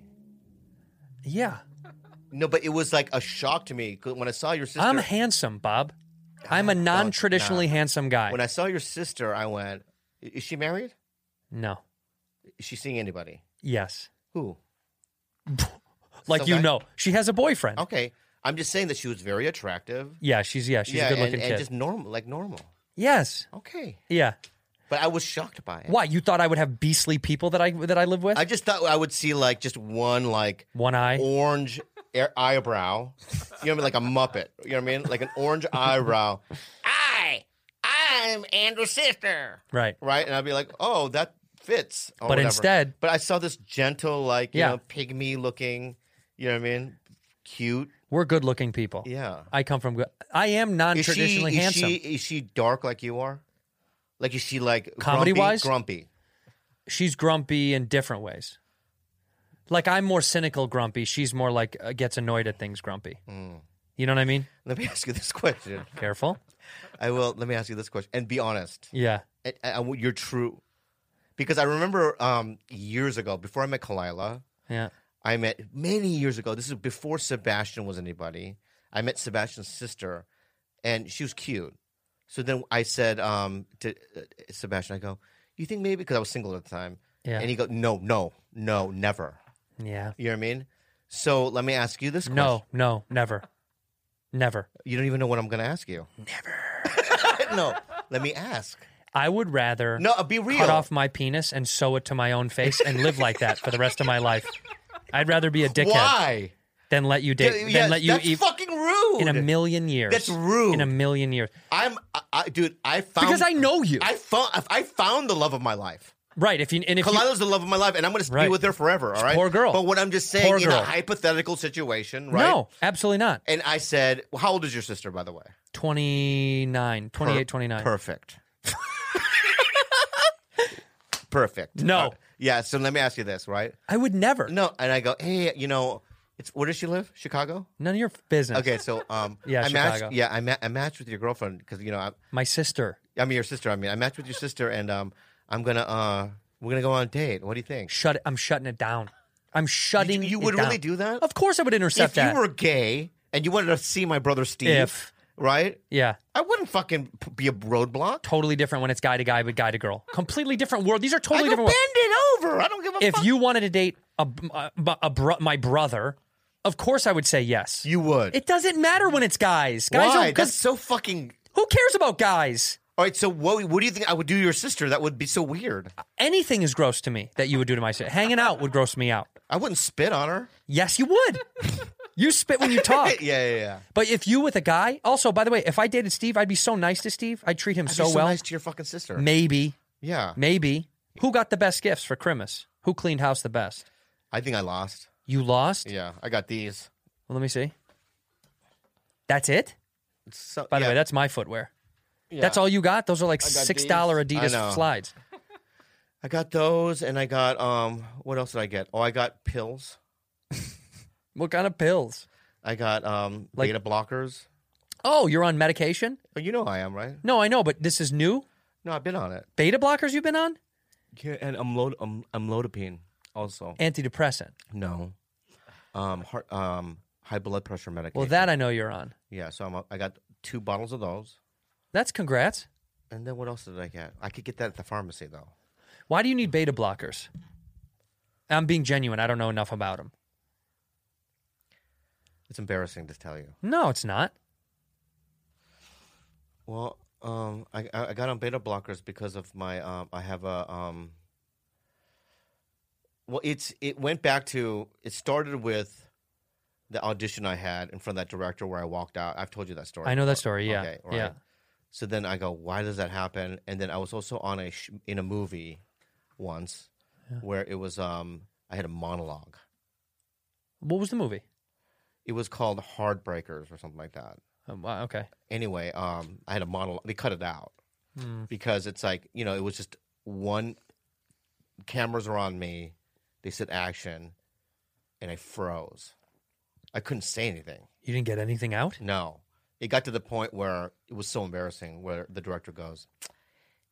S1: yeah.
S2: No, but it was like a shock to me 'cause when I saw your sister.
S1: I'm handsome, Bob. I'm a
S2: God, don't-
S1: non-traditionally
S2: nah.
S1: handsome guy.
S2: When I saw your sister, I went, "I- "Is she married?
S1: no,
S2: Is she seeing anybody?
S1: yes,
S2: Who?"
S1: like
S2: Some
S1: you
S2: guy-
S1: know, she has a boyfriend.
S2: Okay, I'm just saying that she was very attractive.
S1: Yeah, she's yeah, she's
S2: yeah,
S1: a good-looking
S2: and,
S1: kid.
S2: and just normal, like normal.
S1: yes,
S2: Okay,
S1: yeah.
S2: but I was shocked by it.
S1: Why you thought I would have beastly people that I that I live with?
S2: I Oh. just thought I would see like just one like
S1: One eye.
S2: orange air- eyebrow. You know what I mean? Like a muppet. You know what I mean? Like an orange eyebrow. I, I'm Andrew's sister.
S1: right.
S2: right? And I'd be like, oh, that fits.
S1: But
S2: or whatever.
S1: instead-
S2: but I saw this gentle, like, you
S1: Yeah.
S2: know, pygmy looking, you know what I mean? Cute.
S1: We're good-looking people.
S2: Yeah.
S1: I come from. good I am
S2: Is she,
S1: non-traditionally
S2: is
S1: handsome.
S2: she is she dark like you are? Like is she like
S1: Comedy
S2: grumpy,
S1: wise?
S2: grumpy?
S1: she's grumpy in different ways. Like I'm more cynical grumpy. She's more like uh, gets annoyed at things grumpy.
S2: Mm.
S1: You know what I mean?
S2: Let me ask you this question.
S1: Careful.
S2: I will. Let me ask you this question and be honest.
S1: Yeah.
S2: I, I, I- you're true, because I remember um, years ago before I met Kalila,
S1: Yeah.
S2: I met many years ago. This is before Sebastian was anybody. I met Sebastian's sister, and she was cute. So then I said um, to uh, Sebastian, I go, "You think maybe?" Because I was single at the time.
S1: Yeah.
S2: And he go, "No, no, no, never."
S1: Yeah.
S2: You know what I mean? So let me ask you this.
S1: No,
S2: question.
S1: no, never. Never.
S2: you don't even know what I'm going to ask you. Never. no, let me ask.
S1: I would rather
S2: No, be real.
S1: cut off my penis and sew it to my own face and live like that for the rest of my life. I'd rather be a dickhead
S2: Why?
S1: than let you date
S2: Yeah,
S1: than let you
S2: that's
S1: eat
S2: fucking rude.
S1: in a million years.
S2: That's rude.
S1: In a million years.
S2: I'm, I, I, dude. I found
S1: Because I know you.
S2: I found I found the love of my life.
S1: right. If you and if you-
S2: Kalila's the love of my life, and I'm going to
S1: Right.
S2: be with her forever. All right,
S1: poor girl.
S2: But what I'm just saying
S1: Poor
S2: in
S1: girl.
S2: a hypothetical situation, right?
S1: No, absolutely not.
S2: And I said, well, "How old is your sister, by the way?"
S1: 29, 28,
S2: Per-
S1: 29.
S2: Perfect. Perfect.
S1: No.
S2: Uh, yeah. So let me ask you this, right?
S1: I would never.
S2: No, and I go, hey, you know, it's where does she live? Chicago.
S1: None of your business.
S2: Okay, so um,
S1: Yeah,
S2: I matched,
S1: Chicago.
S2: yeah, I, ma- I matched with your girlfriend because you know I,
S1: My sister.
S2: I mean your sister. I mean I matched with your sister, and um, I'm gonna uh, we're gonna go on a date. What do you think?
S1: Shut it. I'm shutting it down. I'm shutting
S2: you
S1: it
S2: would
S1: down.
S2: really do that?
S1: Of course I would intercept
S2: if
S1: that.
S2: you were gay and you wanted to see my brother Steve,
S1: If.
S2: right?
S1: yeah.
S2: I wouldn't fucking p- be a roadblock.
S1: Totally different when it's guy to guy, but guy to girl. Completely different world. These are
S2: I
S1: totally
S2: go,
S1: different
S2: bend
S1: worlds.
S2: it over. I don't give a
S1: If
S2: fuck.
S1: you wanted to date a, a, a bro- my brother, of course I would say yes.
S2: you would.
S1: it doesn't matter when it's guys. Guys
S2: Why?
S1: are
S2: That's
S1: because
S2: so fucking.
S1: who cares about guys?
S2: All right. So what? What do you think I would do to your sister? That would be so weird.
S1: Anything is gross to me that you would do to my sister. Hanging out would gross me out.
S2: I wouldn't spit on her.
S1: Yes, you would. you spit when you talk.
S2: Yeah, yeah, yeah.
S1: But if you with a guy, also by the way, if I dated Steve, I'd be so nice to Steve. I'd treat him
S2: I'd be
S1: so well.
S2: nice to your fucking sister.
S1: Maybe,
S2: yeah.
S1: maybe. Who got the best gifts for Christmas? Who cleaned house the best?
S2: I think I lost.
S1: You lost?
S2: Yeah, I got these.
S1: Well, let me see. That's it?
S2: So,
S1: By the
S2: yeah,
S1: way, that's my footwear.
S2: yeah.
S1: That's all you got? Those are like
S2: I got
S1: $6 Adidas
S2: know.
S1: slides.
S2: I got those, and I got um. What else did I get? Oh, I got pills.
S1: What kind of pills?
S2: I got um
S1: Like-
S2: beta blockers.
S1: Oh, you're on medication?
S2: Oh, you know I am, right?
S1: No, I know, but this is new.
S2: No, I've been on it.
S1: Beta blockers you've been on?
S2: Yeah, and amlod um, amlodipine also.
S1: Antidepressant.
S2: No, um, heart, um, high blood pressure medication.
S1: Well, that I know you're on.
S2: yeah. So I'm a, I got two bottles of those,
S1: That's congrats.
S2: and then what else did I get? I could get that at the pharmacy though.
S1: Why do you need beta blockers? I'm being genuine. I don't know enough about them.
S2: It's embarrassing to tell you.
S1: No, it's not.
S2: Well, um, I I I got on beta blockers because of my um, I have a um. Well, it's it went back to it started with the audition I had in front of that director where I walked out. I've told you that story.
S1: I know that
S2: before.
S1: story. Yeah.
S2: Okay,
S1: Yeah.
S2: right. So then I go, why does that happen? And then I was also on a sh- in a movie once where it was um I had a monologue.
S1: What was the movie?
S2: It was called Heartbreakers or something like that.
S1: Um, wow, okay.
S2: anyway, um, I had a monologue. They cut it out because it's like you know, it was just one. Cameras are on me. They said action, and I froze. I couldn't say anything.
S1: You didn't get anything out?
S2: No, it got to the point where it was so embarrassing. Where the director goes,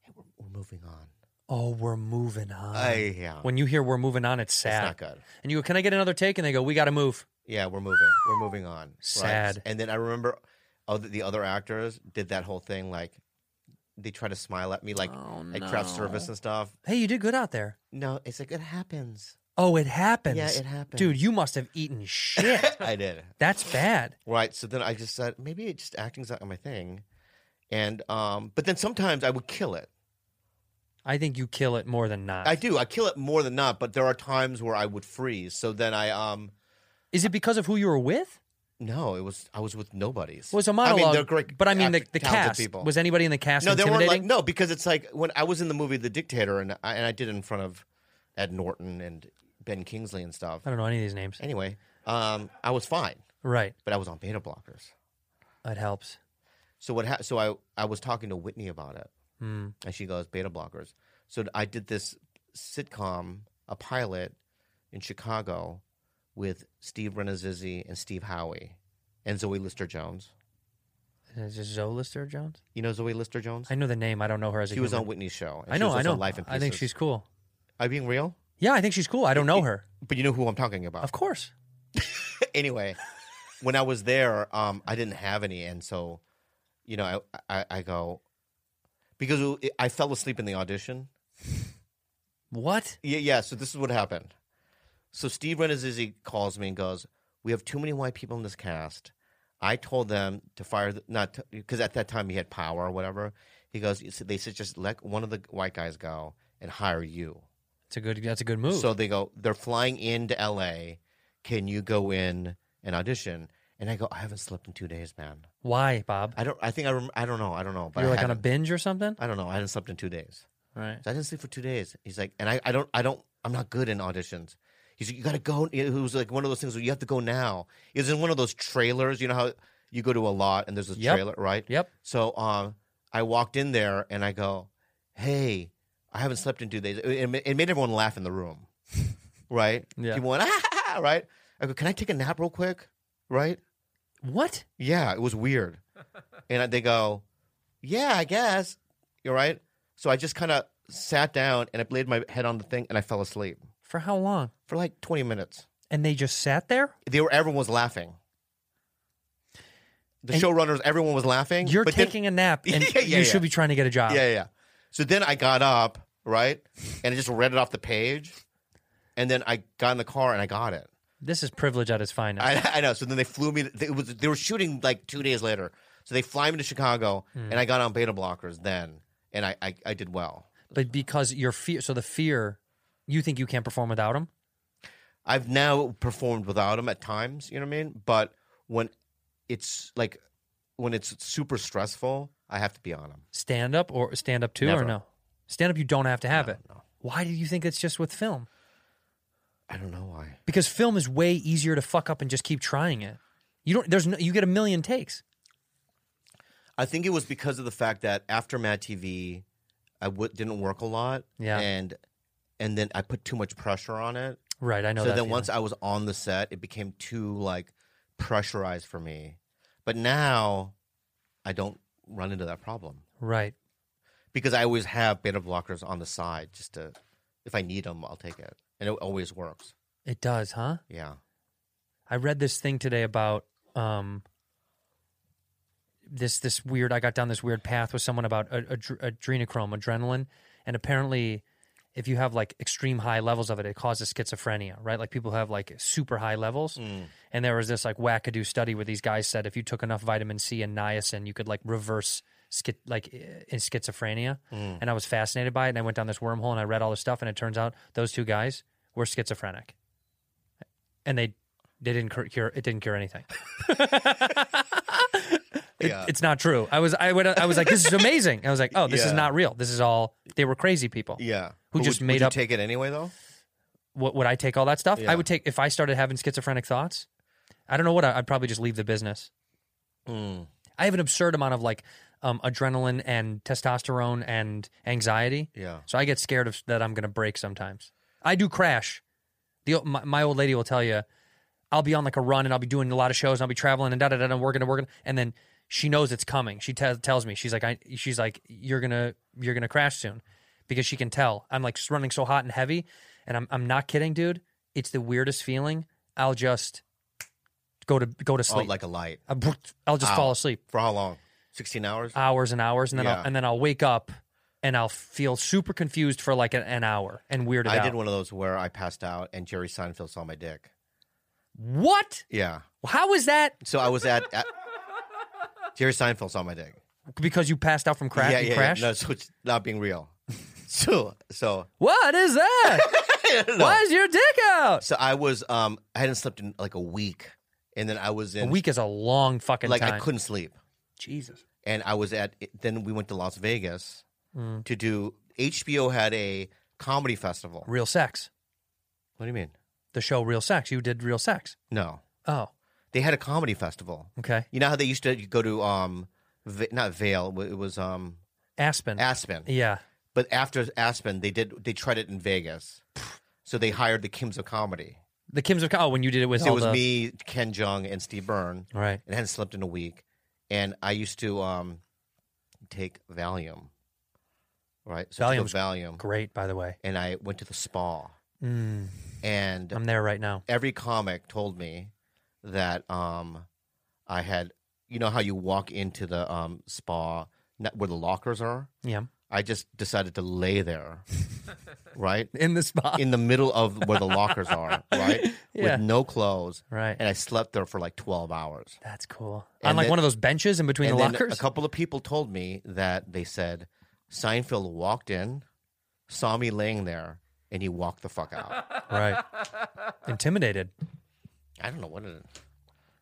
S2: "Hey, we're, we're moving on."
S1: Oh, we're moving on.
S2: I yeah,
S1: when you hear we're moving on, it's
S2: it's
S1: sad.
S2: not good.
S1: And you go, can I get another take? And they go, we got to move.
S2: Yeah, we're moving. We're moving on. Right?
S1: Sad.
S2: And then I remember other, the other actors did that whole thing like they try to smile at me like at craft service and stuff.
S1: Hey, you did good out there.
S2: No, it's like it happens.
S1: Oh, it happens.
S2: Yeah, it happens.
S1: Dude, you must have eaten shit.
S2: I did.
S1: That's bad.
S2: Right. So then I just said maybe it just acting's not my thing. And um but then sometimes I would kill it.
S1: I think you kill it more than not.
S2: I do. I kill it more than not, but there are times where I would freeze. So then I um
S1: Is it because of who you were with?
S2: no, it was I was with nobody's.
S1: Was a
S2: I
S1: monologue.
S2: mean, they're great.
S1: But I mean,
S2: act-
S1: the, the
S2: talented
S1: cast.
S2: people.
S1: Was anybody in the cast
S2: no, they weren't
S1: intimidating?
S2: like no because it's like when I was in the movie The Dictator and I, and I did it in front of Ed Norton and Ben Kingsley and stuff.
S1: I don't know any of these names.
S2: Anyway, um, I was fine,
S1: Right.
S2: but I was on beta blockers.
S1: It helps.
S2: So what? Ha- so I I was talking to Whitney about it,
S1: Hmm.
S2: and she goes beta blockers. So I did this sitcom, a pilot, in Chicago, with Steve Renazzisi and Steve Howie, and Zoe Lister Jones.
S1: Is it Zoe Lister Jones?
S2: You know Zoe Lister Jones?
S1: I know the name. I don't know her as a
S2: She was
S1: human.
S2: on Whitney's show. and
S1: I
S2: she
S1: know.
S2: was
S1: I
S2: also
S1: know.
S2: on Life in Pieces.
S1: I think she's cool.
S2: Are you being real?
S1: Yeah, I think she's cool. I don't know her.
S2: But you know who I'm talking about.
S1: Of course.
S2: anyway, when I was there, um, I didn't have any, and so, you know, I I, I go because it- I fell asleep in the audition.
S1: What?
S2: Yeah, yeah. So this is what happened. So Steve Renazzisi calls me and goes, "We have too many white people in this cast." I told them to fire the, not because at that time he had power or whatever. He goes, "You see, "They said just let one of the white guys go and hire you."
S1: It's a good. That's a good move.
S2: So they go, they're flying into LA. Can you go in and audition? And I go, I haven't slept in two days, man.
S1: Why, Bob?
S2: I don't. I think I. Rem- I don't know. I don't know. But
S1: You're
S2: I
S1: like on a
S2: hadn't-
S1: binge or something,
S2: I don't know. I hadn't slept in two days.
S1: right?
S2: So I didn't sleep for two days. He's like, and I. I don't. I don't. I'm not good in auditions. He's like, you gotta go. It was like one of those things where you have to go now. It was in one of those trailers. You know how you go to a lot and there's a
S1: Yep.
S2: trailer, right?
S1: Yep.
S2: So um, I walked in there and I go, "Hey, I haven't slept in two days." It, it ma- it made everyone laugh in the room, right?
S1: Yeah.
S2: People went, "Ah!" Right? I go, "Can I take a nap real quick?" Right?
S1: What?
S2: Yeah, it was weird. and they go, "Yeah, I guess." You're right. So I just kind of sat down and I laid my head on the thing and I fell asleep
S1: For how long?
S2: for like 20 minutes.
S1: And they just sat there.
S2: They were everyone was laughing. The
S1: And-
S2: showrunners, everyone was laughing.
S1: You're
S2: but then-
S1: taking a nap, and
S2: Yeah, yeah,
S1: you
S2: yeah.
S1: should be trying to get a job.
S2: Yeah, yeah, yeah. So then I got up, right, and I just read it off the page, and then I got in the car and I got it.
S1: This is privilege at its finest.
S2: I, I know. So then they flew me. It was they were shooting like two days later. So they fly me to Chicago, and I got on beta blockers then, and I I, I did well.
S1: but because your fear, so the fear, you think you can't perform without them.
S2: I've now performed without them at times. You know what I mean? But when it's like when it's super stressful, I have to be on them.
S1: Stand up or stand up too, or
S2: Never.
S1: no? Stand up, you don't have to have it. Why do you think it's just with film?
S2: I don't know why.
S1: Because film is way easier to fuck up and just keep trying it. You don't. There's no. You get a million takes.
S2: I think it was because of the fact that after Mad TV, I w- didn't work a lot.
S1: Yeah.
S2: And and then I put too much pressure on it.
S1: Right. I know.
S2: so
S1: that
S2: then
S1: feeling.
S2: once I was on the set, it became too like pressurized for me. But now I don't run into that problem
S1: Right.
S2: because I always have beta blockers on the side just to if I need them, I'll take it. And it always works.
S1: It does, huh?
S2: Yeah.
S1: I read this thing today about um, this this weird. I got down this weird path with someone about ad- adre- adrenochrome, adrenaline, and apparently, if you have like extreme high levels of it, it causes schizophrenia, right? Like people have like super high levels,
S2: Mm.
S1: and there was this like wackadoo study where these guys said if you took enough vitamin C and niacin, you could like reverse. Schi- like eh, in schizophrenia,
S2: Mm.
S1: and I was fascinated by it, and I went down this wormhole, and I read all this stuff, and it turns out those two guys were schizophrenic, and they they didn't cur- cure it didn't cure anything. It-
S2: Yeah.
S1: It's not true. I was I would I was like this is amazing. I was like oh this is
S2: Yeah.
S1: not real. This is all they were crazy people.
S2: Yeah.
S1: Who
S2: But
S1: just
S2: would,
S1: made
S2: would you
S1: up-
S2: take it anyway though?
S1: What would I take all that stuff?
S2: Yeah.
S1: I would take if I started having schizophrenic thoughts. I don't know what I, I'd probably just leave the business.
S2: Mm.
S1: I have an absurd amount of like um, adrenaline and testosterone and anxiety.
S2: Yeah.
S1: So I get scared of that I'm going to break sometimes. I do crash. The o- my, my old lady will tell you, I'll be on like a run and I'll be doing a lot of shows and I'll be traveling and da da da da working and working and then she knows it's coming. She te- tells me she's like I she's like you're gonna you're gonna crash soon because she can tell I'm like running so hot and heavy and I'm I'm not kidding, dude. It's the weirdest feeling. I'll just go to go to
S2: Oh,
S1: sleep.
S2: like a light.
S1: I'll I'll just
S2: Ow.
S1: fall asleep
S2: For how long? Sixteen hours?
S1: hours and hours, and then
S2: Yeah.
S1: I'll, and then I'll wake up and I'll feel super confused for like an, an hour and weirded
S2: I
S1: out.
S2: did one of those where I passed out and Jerry Seinfeld saw my dick.
S1: What?
S2: Yeah.
S1: How is that?
S2: So I was at, at Jerry Seinfeld saw my dick.
S1: Because you passed out from crash?
S2: yeah,
S1: you
S2: yeah,
S1: crashed?
S2: yeah. No, so it's not being real. so so
S1: What is that? Why is your dick out?
S2: so I was um I hadn't slept in like a week, and then I was
S1: A
S2: in
S1: week is a long fucking
S2: like
S1: time.
S2: I couldn't sleep.
S1: Jesus.
S2: and I was at. Then we went to Las Vegas
S1: Mm.
S2: to do. HBO had a comedy festival.
S1: Real sex.
S2: What do you mean?
S1: The show Real Sex. You did Real Sex.
S2: No,
S1: Oh,
S2: they had a comedy festival.
S1: okay.
S2: You know how they used to go to um, v- not Vale. It was um
S1: Aspen.
S2: Aspen.
S1: yeah.
S2: But after Aspen, they did they tried it in Vegas. So they hired the Kims of comedy.
S1: The Kims of Oh, when you did it with
S2: So
S1: all
S2: it was
S1: the-
S2: me, Ken Jung, and Steve Byrne.
S1: Right.
S2: and hadn't slept in a week. And I used to um, take Valium, right? So I took
S1: Valium's
S2: a Valium,
S1: Great, by the way. Mm,
S2: and I went to the spa. And
S1: I'm there right now.
S2: every comic told me that um, I had, you know, how you walk into the um, spa not, where the lockers are.
S1: Yeah.
S2: I just decided to lay there, right?
S1: In the spot.
S2: In the middle of where the lockers are, right?
S1: Yeah.
S2: With no clothes.
S1: Right.
S2: And I slept there for like 12 hours.
S1: That's cool.
S2: And
S1: On like
S2: then-
S1: one of those benches in between
S2: and
S1: the
S2: then
S1: lockers?
S2: a couple of people told me that they said Seinfeld walked in, saw me laying there, and he walked the fuck out.
S1: Right. Intimidated.
S2: I don't know what it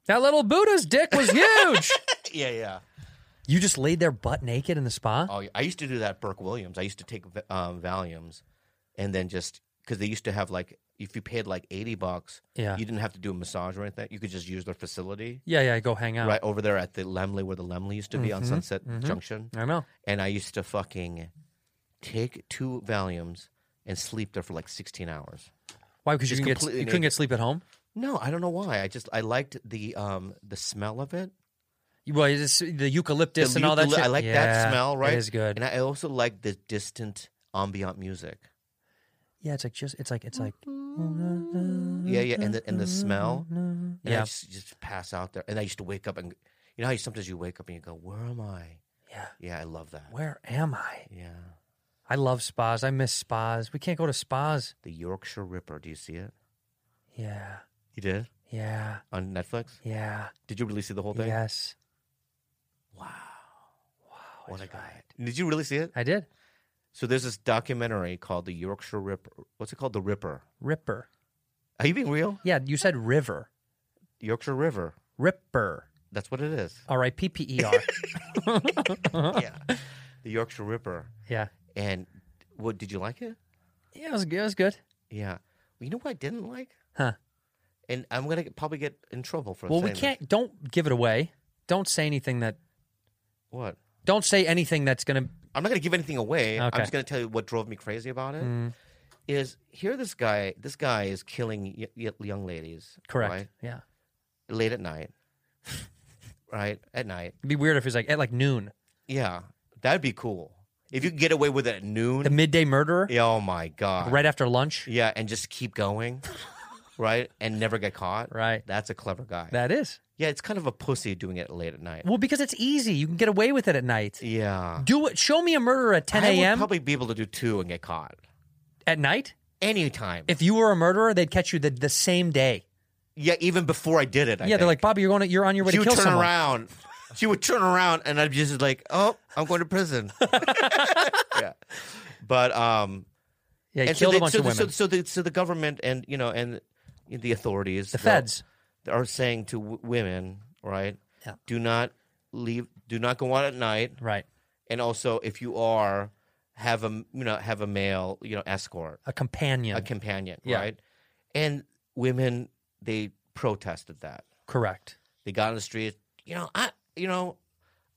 S1: That little Buddha's dick was huge.
S2: is. Yeah, yeah.
S1: you just laid there butt naked in the spa?
S2: Oh, yeah. I used to do that at Burke Williams. I used to take um, Valiums and then just because they used to have like, if you paid like 80 bucks,
S1: Yeah.
S2: you didn't have to do a massage or anything. You could just use their facility
S1: Yeah, yeah, go hang out.
S2: right over there at the Lemley where the Lemley used to be
S1: Mm-hmm.
S2: on Sunset Junction.
S1: I know.
S2: And I used to fucking take two Valiums and sleep there for like 16 hours.
S1: Why? Because you,
S2: Just
S1: can get, you
S2: completely
S1: couldn't
S2: naked.
S1: get sleep at home?
S2: No, I don't know why. I just I liked the um the smell of it.
S1: You- Well, it's the eucalyptus
S2: The
S1: and all that
S2: eucalypt-
S1: shit.
S2: I like
S1: Yeah,
S2: that smell, right?
S1: It is good.
S2: And I also like the distant ambient music.
S1: yeah, it's like just, it's like, it's like,
S2: Yeah, yeah, and the and the smell. And I
S1: Yeah.
S2: just, just pass out there. And I used to wake up and you know how you, sometimes you wake up and you go, "Where am I?"
S1: Yeah.
S2: Yeah, I love that.
S1: where am I?
S2: Yeah.
S1: I love spas. I miss spas. We can't go to spas.
S2: The Yorkshire Ripper, do you see it?
S1: Yeah,
S2: You did?
S1: yeah,
S2: On Netflix?
S1: yeah,
S2: Did you really see the whole thing?
S1: yes.
S2: Wow. Wow. What a guy. Did you really see it?
S1: I did.
S2: So there's this documentary called The Yorkshire Ripper. What's it called? The Ripper.
S1: Ripper.
S2: Are you being real?
S1: Yeah, you said river.
S2: Yorkshire River.
S1: Ripper.
S2: That's what it is.
S1: R I P P E R.
S2: The Yorkshire Ripper.
S1: Yeah.
S2: And what did you like it?
S1: Yeah, it was, it was good.
S2: Yeah. Well, you know what I didn't like?
S1: Huh.
S2: And I'm gonna get- probably get in trouble for.
S1: Well, we
S2: saying this.
S1: can't. Don't give it away. Don't say anything that.
S2: What?
S1: Don't say anything that's gonna.
S2: I'm not gonna give anything away.
S1: Okay. Mm.
S2: I'm just gonna tell you what drove me crazy about it. Is here this guy. This guy is killing y- y- young ladies.
S1: Correct.
S2: right?
S1: Yeah.
S2: Late at night. right at night.
S1: It'd be weird if it was like at like noon.
S2: Yeah, that'd be cool if you could get away with it at noon.
S1: The midday murderer.
S2: Yeah, oh my god.
S1: Right after lunch.
S2: Yeah, and just keep going. right, and never get caught.
S1: Right.
S2: That's a clever guy.
S1: That is.
S2: yeah, it's kind of a pussy doing it late at night.
S1: Well, because it's easy. You can get away with it at night.
S2: Yeah.
S1: Do it. Show me a murderer at 10
S2: I would
S1: a.m.
S2: probably be able to do two and get caught
S1: at night.
S2: anytime.
S1: If you were a murderer, they'd catch you the, the same day.
S2: yeah, even before I did it. I
S1: yeah, they're
S2: think.
S1: like, Bobby, you're going. To, you're on your way
S2: she
S1: to
S2: would
S1: kill
S2: turn
S1: someone.
S2: around. She would turn around, and I'd be just like, "Oh, I'm going to prison." yeah, but um,
S1: Yeah,
S2: and
S1: killed
S2: so,
S1: a bunch
S2: so,
S1: of women.
S2: so, so the so the government and you know and the authorities,
S1: the feds.
S2: are saying to w- women, right?
S1: Yeah.
S2: Do not leave. Do not go out at night.
S1: Right.
S2: And also, if you are, have a m- you know have a male you know escort,
S1: A companion.
S2: a companion,
S1: Mm. Yeah.
S2: right? And women they protested that.
S1: Correct.
S2: They got on the street. You know, I you know,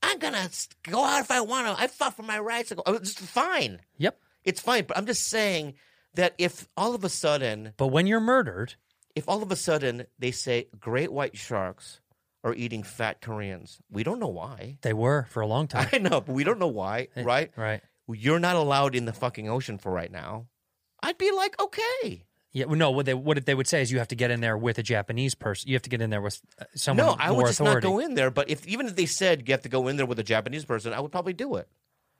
S2: I'm gonna s- go out if I want to. I fought for my rights. to go- Oh, It's fine.
S1: Yep.
S2: It's fine. But I'm just saying that if all of a sudden,
S1: But when you're murdered,
S2: if all of a sudden they say great white sharks are eating fat Koreans, we don't know why.
S1: they were for a long time.
S2: I know, but we don't know why, right?
S1: right.
S2: You're not allowed in the fucking ocean for right now. I'd be like, okay.
S1: Yeah, well, no. What they what they would say is you have to get in there with a Japanese person. You have to get in there with uh, someone.
S2: No, I
S1: more
S2: would just
S1: authority.
S2: not go in there. But if even if they said you have to go in there with a Japanese person, I would probably do it.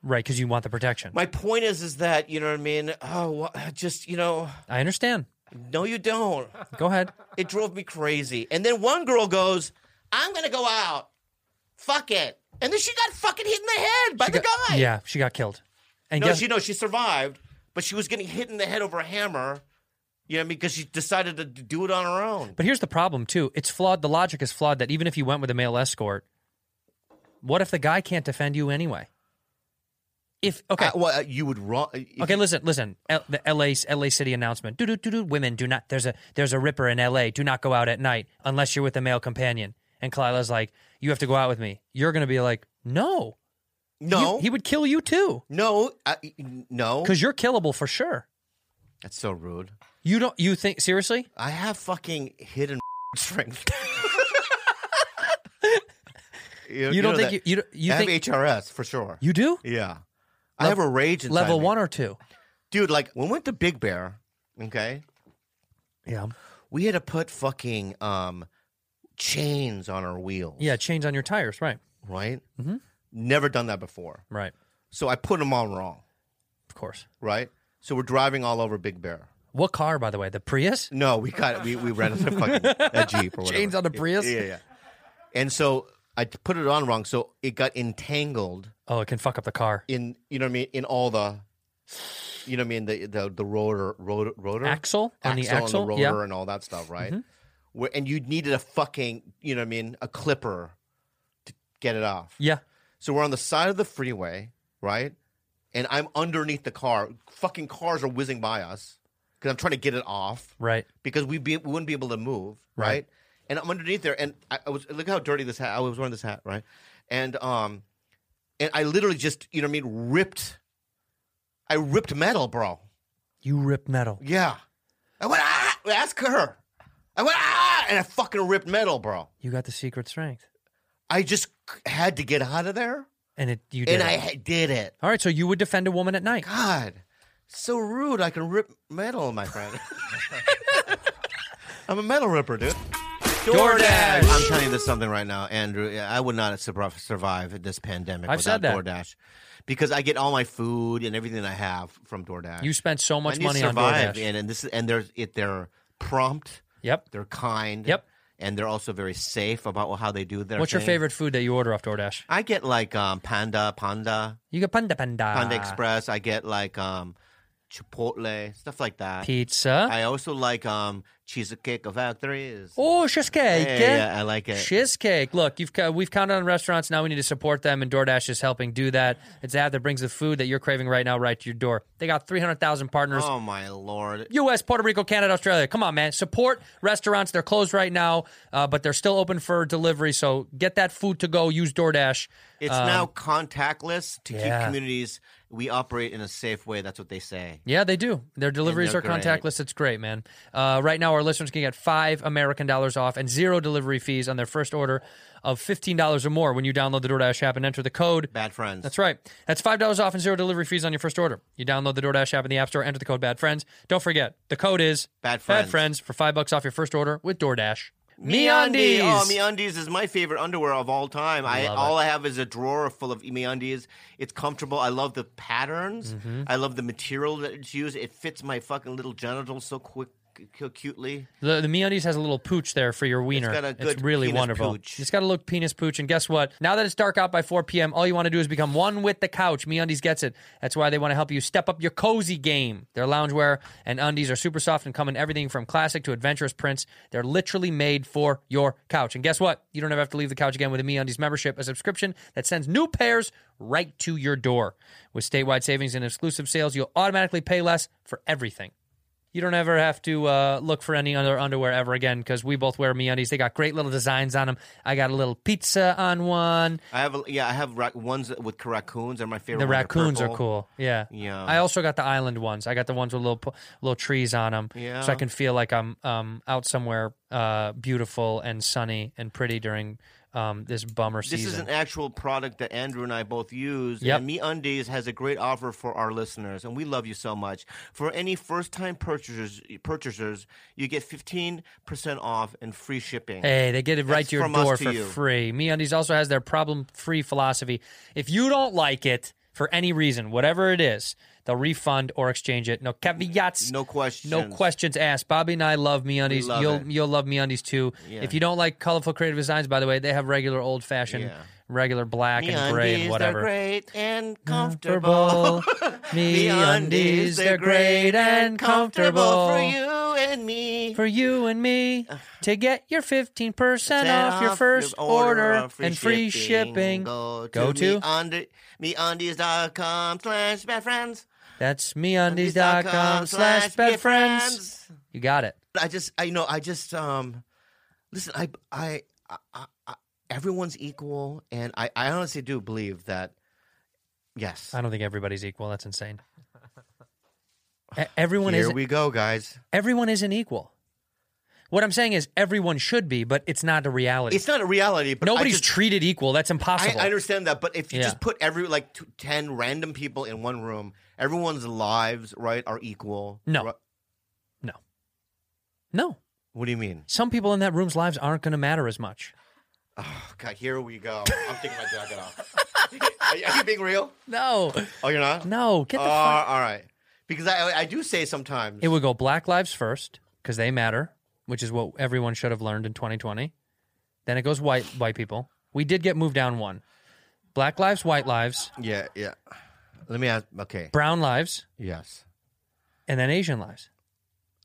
S1: Right, because you want the protection.
S2: My point is, is that you know what I mean? Oh, wha- just you know,
S1: I understand.
S2: no, you don't.
S1: Go ahead.
S2: It drove me crazy. And then one girl goes, "I'm gonna go out, fuck it," and then she got fucking hit in the head by the guy.
S1: Yeah, she got killed. And
S2: No,
S1: guess,
S2: she no, she survived, but she was getting hit in the head over a hammer. You know what I mean? Because she decided to d- do it on her own.
S1: but here's the problem too. It's flawed. The logic is flawed that even if you went with a male escort, what if the guy can't defend you anyway? If okay,
S2: Uh, well, uh, you would run.
S1: Okay, listen, listen. L- the LA LA city announcement. Do do do do. Women do not. There's a there's a ripper in LA. Do not go out at night unless you're with a male companion. And Kalila's like, you have to go out with me. You're gonna be like, no,
S2: no,
S1: he, he would kill you too
S2: no, uh, n- no.
S1: because you're killable for sure.
S2: That's so rude.
S1: You don't. You think seriously?
S2: I have fucking hidden strength.
S1: You, don't think you you, don't- you
S2: I
S1: think
S2: have HRS for sure.
S1: you do
S2: yeah, I have a rage inside
S1: level
S2: me.
S1: one or two?
S2: dude. Like when we went to Big Bear, okay,
S1: Yeah,
S2: we had to put fucking um chains on our wheels.
S1: yeah. Chains on your tires, right?
S2: right. Mm-hmm. Never done that before,
S1: Right.
S2: so I put them all wrong.
S1: Of course.
S2: Right, so we're driving all over Big Bear.
S1: What car, by the way? The Prius.
S2: No, we got we we rented a fucking a jeep or whatever.
S1: Chains on a Prius?
S2: Yeah, yeah, yeah. And so I t- put it on wrong, so it got entangled
S1: Oh, it can fuck up the car.
S2: in you know what I mean in all the you know what I mean the the, the rotor rotor rotor
S1: Axle? On the axle?
S2: and the
S1: Yeah. Mm-hmm.
S2: rotor and all that stuff, right? Where and you needed a fucking you know what I mean a clipper to get it off.
S1: Yeah.
S2: So we're on the side of the freeway, right? And I'm underneath the car. Fucking cars are whizzing by us because I'm trying to get it off
S1: Right.
S2: because we, be, we wouldn't be able to move, right?
S1: Right.
S2: And I'm underneath there, and I, I was look how dirty this hat. I was wearing this hat, right? And um, and I literally just you know what I mean ripped, I ripped metal, bro.
S1: You ripped metal.
S2: Yeah, I went ah, ask her. I went ah, and I fucking ripped metal, bro.
S1: You got the secret strength,
S2: I just had to get out of there,
S1: and it you did.
S2: and
S1: it.
S2: I ha- did it.
S1: All right, so you would defend a woman at night.
S2: God, so rude. I can rip metal, my friend. I'm a metal ripper, dude. DoorDash. I'm telling you this something right now, Andrew. Yeah, I would not survive, survive this pandemic
S1: I've
S2: without
S1: said that.
S2: DoorDash because I get all my food and everything that I have from DoorDash.
S1: You spent so
S2: I
S1: much
S2: need to
S1: money on
S2: survive,
S1: DoorDash.
S2: and, and this is- and they're it, they're prompt,
S1: Yep.
S2: they're kind,
S1: Yep.
S2: and they're also very safe about how they do their.
S1: What's your
S2: thing.
S1: favorite food that you order off DoorDash?
S2: I get like um, Panda, Panda,
S1: You get panda panda.
S2: Panda Express. I get like um, Chipotle, stuff like that.
S1: Pizza.
S2: I also like um Cheesecake Factory is.
S1: Oh, cheesecake.
S2: Yeah, yeah, yeah, I like it.
S1: Cheesecake. Look, you've co- we've counted on restaurants. Now we need to support them, and DoorDash is helping do that. It's the app that brings the food that you're craving right now right to your door. They got 300,000 partners.
S2: Oh my lord!
S1: U.S., Puerto Rico, Canada, Australia. Come on, man. Support restaurants. They're closed right now, uh, but they're still open for delivery. So get that food to go. Use DoorDash.
S2: It's now contactless to
S1: Um, yeah.
S2: keep communities we operate in a safe way. That's what they say.
S1: Yeah, they do. Their deliveries are
S2: they're great.
S1: contactless. It's great, man. Uh, right now, our listeners can get five American dollars off and zero delivery fees on their first order of fifteen dollars or more when you download the DoorDash app and enter the code.
S2: Bad friends.
S1: That's right. That's five dollars off and zero delivery fees on your first order. You download the DoorDash app in the App Store, enter the code Bad Friends. Don't forget, the code is
S2: Bad Friends.
S1: for five bucks off your first order with DoorDash.
S2: MeUndies. Oh, MeUndies is my favorite underwear of all time. I,
S1: Love it.
S2: all I have is a drawer full of MeUndies. It's comfortable. I love the patterns.
S1: Mm-hmm.
S2: I love the material that it's used. It fits my fucking little genitals so quick, so cutely.
S1: The, the MeUndies has a little pooch there for your wiener.
S2: got a good
S1: really
S2: penis
S1: wonderful.
S2: pooch.
S1: It's got a little penis pooch. And guess what? Now that it's dark out by 4 p.m., all you want to do is become one with the couch. MeUndies gets it. That's why they want to help you step up your cozy game. Their loungewear and undies are super soft and come in everything from classic to adventurous prints. They're literally made for your couch. And guess what? You don't ever have to leave the couch again with a MeUndies membership, a subscription that sends new pairs right to your door. With statewide savings and exclusive sales, you'll automatically pay less for everything. You don't ever have to uh, look for any other underwear ever again because we both wear MeUndies. They got great little designs on them. I got a little pizza on one.
S2: I have, a, yeah, I have ra- ones with raccoons. Are my favorite.
S1: The
S2: one,
S1: raccoons are
S2: purple.
S1: cool. Yeah.
S2: Yeah.
S1: I also got the island ones. I got the ones with little po- little trees on them,
S2: Yeah.
S1: so I can feel like I'm um, out somewhere uh, beautiful and sunny and pretty during um, this bummer
S2: This
S1: season.
S2: is an actual product that Andrew and I both use.
S1: Yep.
S2: And Me Undies has a great offer for our listeners, and we love you so much. For any first time purchasers, purchasers, you get 15% off and free shipping.
S1: Hey, they get it right
S2: That's
S1: to your
S2: from us
S1: door
S2: to
S1: for
S2: you.
S1: free. MeUndies also has their problem-free philosophy. If you don't like it for any reason, whatever it is, they'll refund or exchange it. No caveats.
S2: No questions.
S1: No questions asked. Bobby and I love MeUndies.
S2: love
S1: you'll
S2: it.
S1: you'll love MeUndies too.
S2: Yeah.
S1: If you don't like colorful creative designs, by the way, they have regular old-fashioned,
S2: Yeah.
S1: regular black and gray and
S2: MeUndies,
S1: whatever.
S2: They're great and comfortable.
S1: MeUndies, they're great and comfortable.
S2: for you and me.
S1: for you and me
S2: Uh-huh.
S1: to get your 15%
S2: Set
S1: off your first order, and free shipping.
S2: Go to,
S1: Go to?
S2: MeUndi- MeUndies.com slash bad friends.
S1: That's meundies.com slash bedfriends. You got it.
S2: I just, I you know, I just, um, listen, I, I, I, I everyone's equal, and I, I honestly do believe that. Yes,
S1: I don't think everybody's equal. That's insane. E- Everyone
S2: here
S1: is
S2: we go, guys.
S1: everyone isn't equal. What I'm saying is everyone should be, but it's not a reality.
S2: It's not a reality, but I
S1: Nobody's
S2: just-
S1: treated equal. That's
S2: I,
S1: impossible.
S2: I understand that, but if you
S1: Yeah.
S2: just put every like t- ten random people in one room, everyone's lives right are equal.
S1: No.
S2: Ri-
S1: no. No.
S2: What do you mean?
S1: Some people in that room's lives aren't going to matter as much.
S2: Oh, God, here we go. I'm taking my jacket off. are, you- are you being real?
S1: No.
S2: Oh, you're not.
S1: No. Get
S2: Uh,
S1: the fuck.
S2: all right. Because I I do say sometimes.
S1: It would go Black Lives first because they matter, which is what everyone should have learned in 2020. Then it goes white white people. We did get moved down one. Black lives, white lives,
S2: yeah, yeah. Let me ask. Okay.
S1: brown lives,
S2: Yes.
S1: and then Asian lives.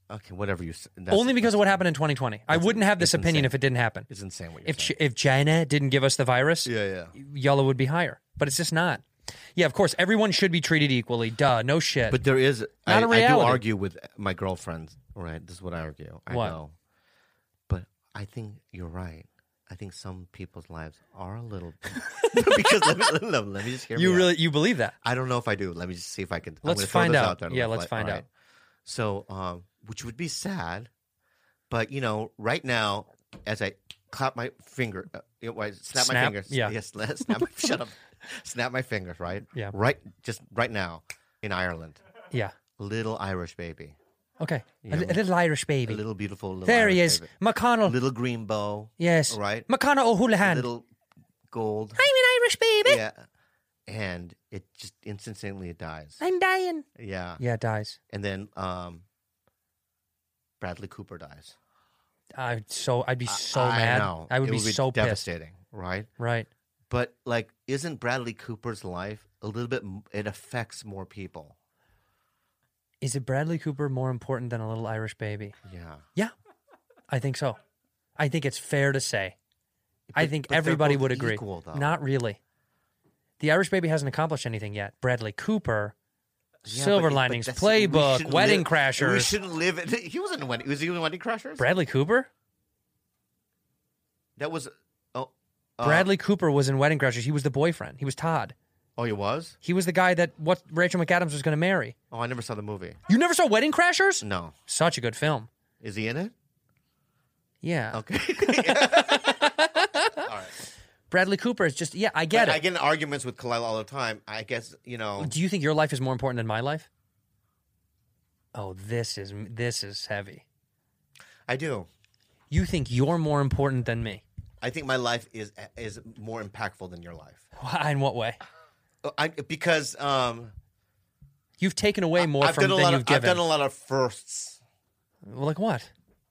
S2: Okay. Whatever you. s- That's,
S1: Only because of what happened in 2020. I wouldn't have this
S2: it's
S1: opinion
S2: insane.
S1: if it didn't happen.
S2: It's insane what you're
S1: If Ch- if China didn't give us the virus,
S2: saying. yeah, yeah.
S1: yellow would be higher. But it's just not. Yeah, of course, everyone should be treated equally. Duh, no shit.
S2: But there is. I,
S1: Not a
S2: I do
S1: reality.
S2: argue with my girlfriends. Right. This is what I argue. I
S1: What?
S2: know. But I think you're right. I think some people's lives are a little. because let me, let, me- let me just hear
S1: you
S2: me out.
S1: really you believe that?
S2: I don't know if I do. Let me just see if I can. I'm
S1: Let's
S2: gonna throw
S1: find
S2: this
S1: out.
S2: there.
S1: Yeah,
S2: Like,
S1: let's find
S2: all
S1: out.
S2: So, um, which would be sad, but you know, right now, as I clap my finger, uh, you know, I snap, my
S1: Snap?
S2: fingers.
S1: Yeah.
S2: yes, let- snap. my- shut up. Snap my fingers. Right.
S1: Yeah.
S2: Right. Just right now in Ireland,
S1: Yeah.
S2: little Irish baby,
S1: Okay.
S2: Yeah,
S1: a, li- a little Irish
S2: a
S1: baby.
S2: little beautiful. Little
S1: there he
S2: Irish
S1: is. McConnell.
S2: Baby. Little green bow.
S1: yes.
S2: Right.
S1: McConnell O'Houlihan.
S2: Little gold.
S1: I'm an Irish baby.
S2: Yeah. And it just instantly it dies.
S1: I'm dying.
S2: Yeah.
S1: Yeah, it dies.
S2: and then um, Bradley Cooper dies.
S1: I'd so I'd be so
S2: I
S1: mad.
S2: know.
S1: I would
S2: It
S1: be, so pissed.
S2: devastating, right?
S1: Right.
S2: But like, isn't Bradley Cooper's life a little bit? m- It affects more people.
S1: Is it Bradley Cooper more important than a little Irish baby?
S2: Yeah,
S1: Yeah. I think so. I think it's fair to say. I think
S2: but they're
S1: everybody
S2: both
S1: would agree.
S2: equal, though.
S1: Not really. The Irish Baby hasn't accomplished anything yet. Bradley Cooper,
S2: Yeah,
S1: Silver
S2: but- but
S1: Linings
S2: that's- we
S1: Playbook,
S2: shouldn't
S1: Wedding
S2: live- We
S1: Crashers.
S2: shouldn't live. In, he wasn't in Wedding. Was he in Wedding Crashers?
S1: Bradley Cooper?
S2: that was. Oh, uh,
S1: Bradley Cooper was in Wedding Crashers. He was the boyfriend. He was Todd.
S2: Oh, he was.
S1: He was the guy that what Rachel McAdams was going to marry.
S2: Oh, I never saw the movie.
S1: You never saw Wedding Crashers?
S2: No,
S1: Such a good film.
S2: is he in it?
S1: Yeah.
S2: Okay.
S1: Bradley Cooper is just yeah, I get
S2: But I
S1: it.
S2: get in arguments with Kalila all the time. I guess you know.
S1: Do you think your life is more important than my life? Oh, this is this is heavy.
S2: I do.
S1: You think you're more important than me?
S2: I think my life is is more impactful than your life.
S1: Why- In what way?
S2: Uh, I, because um,
S1: You've taken away more
S2: I've
S1: from
S2: done a
S1: than
S2: lot
S1: you've
S2: of I've
S1: given.
S2: done a lot of firsts.
S1: like what?